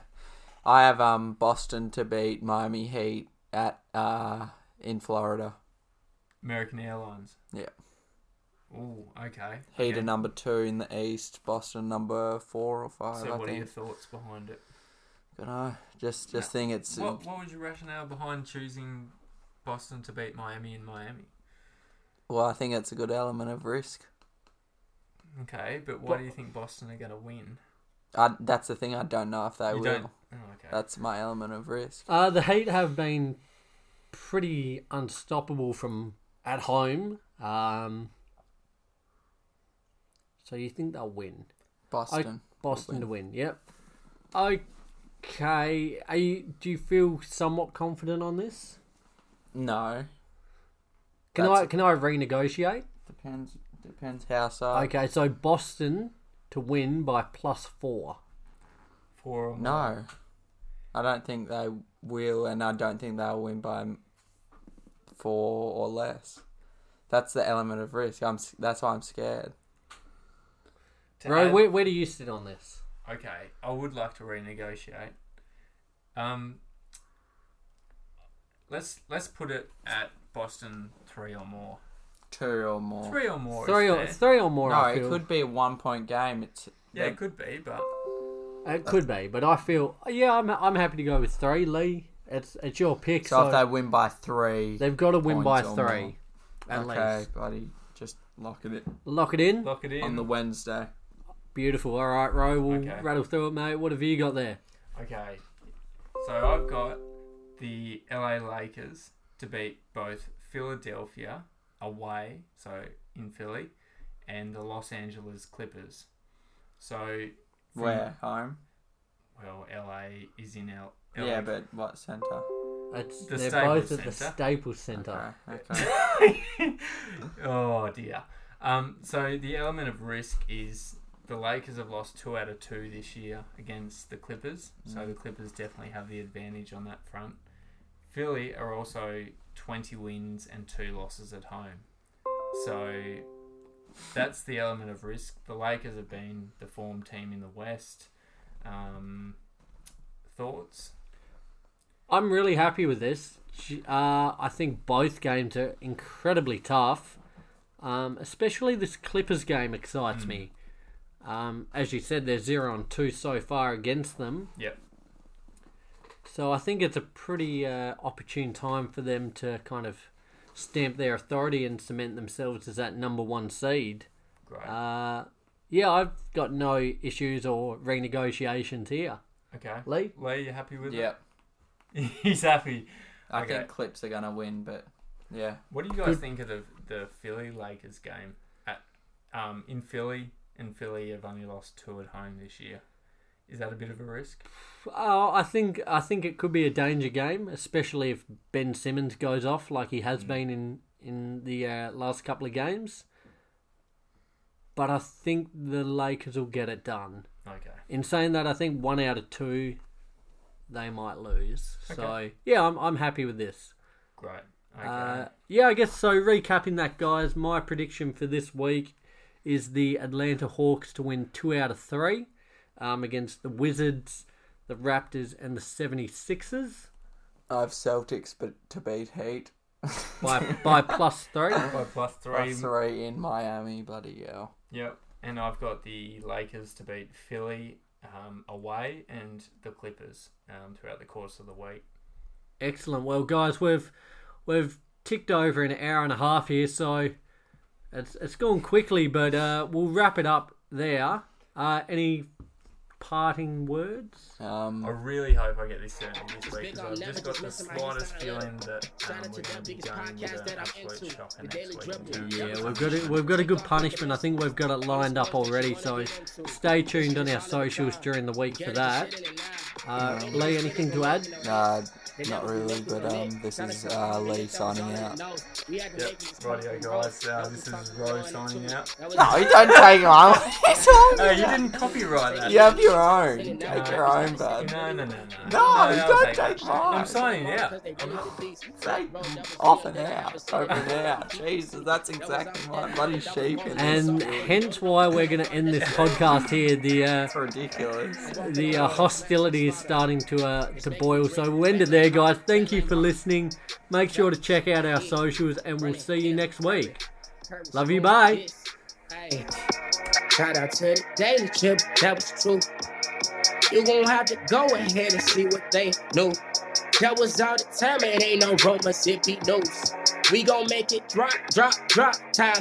I have um Boston to beat Miami Heat at uh in Florida. American Airlines. Yeah. Ooh, okay. Heat okay. are number two in the East, Boston number four or five, So, I what are your think. thoughts behind it? You know, just just think it's What What was your rationale behind choosing Boston to beat Miami in Miami? well, I think it's a good element of risk. Okay, but why do you think Boston are going to win? I, that's the thing I don't know if they you will. don't. Oh, okay. That's my element of risk. Uh, the Heat have been pretty unstoppable from at home. Um, so you think they'll win? Boston. Boston to win. Yep. Okay. Are you, do you feel somewhat confident on this? no. Can That's I it. can I renegotiate? Depends depends how side. Okay, so Boston to win by plus four. Four or more. No. I don't think they will, and I don't think they'll win by m- four or less. That's the element of risk. I'm. s- That's why I'm scared. To Ro, add- where, where do you sit on this? Okay, I would like to renegotiate. Um, let's let's put it at Boston three or more. Two or more. Three or more. uh, Three is or fair. three or more. No, I it feel. could be a one point game. It's Yeah, the- it could be, but It could be, but I feel yeah, I'm I'm happy to go with three. Lee, it's it's your pick. So So, if they win by three, they, have got to win by points or three, at okay, least. buddy, just lock it Lock it in. Lock it in. on the Wednesday. Beautiful. All right, Ro, we'll Okay. rattle through it, mate. What have you got there? Okay. So I've got the LA Lakers to beat both Philadelphia away, so in Philly, and the Los Angeles Clippers. So, from- Where home? Well, LA is in L- LA. Yeah, but what center? It's, The they're Staples both at the Centre. Staples Centre. Okay, <laughs> okay. <laughs> oh dear. Um, so the element of risk is the Lakers have lost two out of two this year against the Clippers, so the Clippers definitely have the advantage on that front. Philly are also 20 wins and two losses at home, so that's the element of risk. The Lakers have been the form team in the West. Um, thoughts? I'm really happy with this. G- Uh, I think both games are incredibly tough. Um, especially this Clippers game Hmm. excites me. Um, as you said, they're zero and two so far against them. Yep. So I think it's a pretty uh, opportune time for them to kind of stamp their authority and cement themselves as that number one seed. Great. Uh, yeah, I've got no issues or renegotiations here. okay. Lee? Lee, you happy with yep. it? <laughs> He's happy. I Okay. think Clips are gonna win, but yeah, What do you guys think of the the Philly Lakers game at um, in Philly? And Philly have only lost two at home this year. Is that a bit of a risk? Oh, I think I think it could be a danger game, especially if Ben Simmons goes off like he has been in in the uh, last couple of games. But I think the Lakers will get it done. Okay. In saying that, I think one out of two, they might lose. So yeah, I'm I'm happy with this. Great. Okay. Uh, yeah, I guess so. Recapping that, guys, my prediction for this week is the Atlanta Hawks to win two out of three um, against the Wizards, the Raptors, and the 76ers I have Celtics, but to beat Heat by, by plus three. By plus three. by three in Miami. Bloody hell! Yep. And I've got the Lakers to beat Philly um, away and the Clippers um, throughout the course of the week. Excellent. Well, guys, we've we've ticked over an hour and a half here, so it's it's gone quickly, but uh, we'll wrap it up there. Uh, any parting words? I Um, really hope I get this certainty this week big on because I've leverage, just got the missing my hands slightest down feeling that um, Shout out we're to the going to be biggest going with podcast an that I'm absolute into, shocker the Daily next week. in Dribble. terms Yeah, of we've got it. We've got a good punishment. I think we've got it lined up already. So stay tuned on our socials during the week for that. Uh, Lee, anything to add? nah, not really, but um, this is uh, Lee signing out. Yep, rightio guys, uh, this is Ro signing out. No, you don't take <laughs> mine. No, you didn't copyright that. You have your own. You Take your own, bud. No, no, no, no. No, you I'll don't take take it. mine. I'm signing out. Take off and out, over and out. Jesus, that's exactly my bloody sheep. It is. And hence why we're going to end this podcast here. The uh, it's ridiculous. the uh, hostility is starting to uh, to boil. So we'll end it there, guys. Thank you for listening. Make sure to check out our socials, and we'll see you next week. Love you, bye. Hey. Shout out to the Daily Chip, that was true. You gon' have to go ahead and see what they knew. That was all the time, it ain't no romance, it be news. We gon' make it drop, drop, drop, time